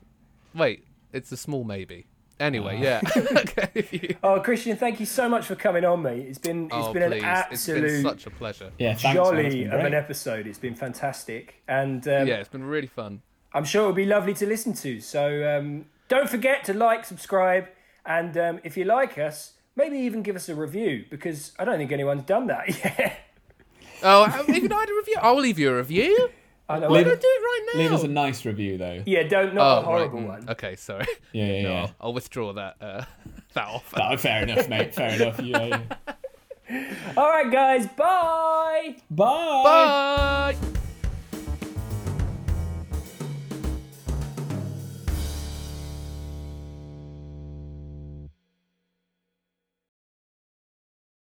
Wait, it's a small maybe. Anyway, yeah. okay. Ah. oh, Christian, thank you so much for coming on, mate. It's been it's oh, been please. an It's been absolute such a pleasure. Yeah, thanks, man. It's jolly been of an great. episode. It's been fantastic, and um, Yeah, it's been really fun. I'm sure it'll be lovely to listen to. So um, don't forget to like, subscribe, and um, if you like us, maybe even give us a review because I don't think anyone's done that yet. Oh, have you not had a review? I'll leave you a review. I know. Why Leave- don't I do it right now? Leave us a nice review though. yeah, don't not oh, a horrible right. mm, one. Okay, sorry. Yeah, yeah, No, yeah. I'll, I'll withdraw that uh, that offer. Oh, fair enough, mate. Fair enough. Yeah. yeah. All right, guys, bye. Bye. Bye.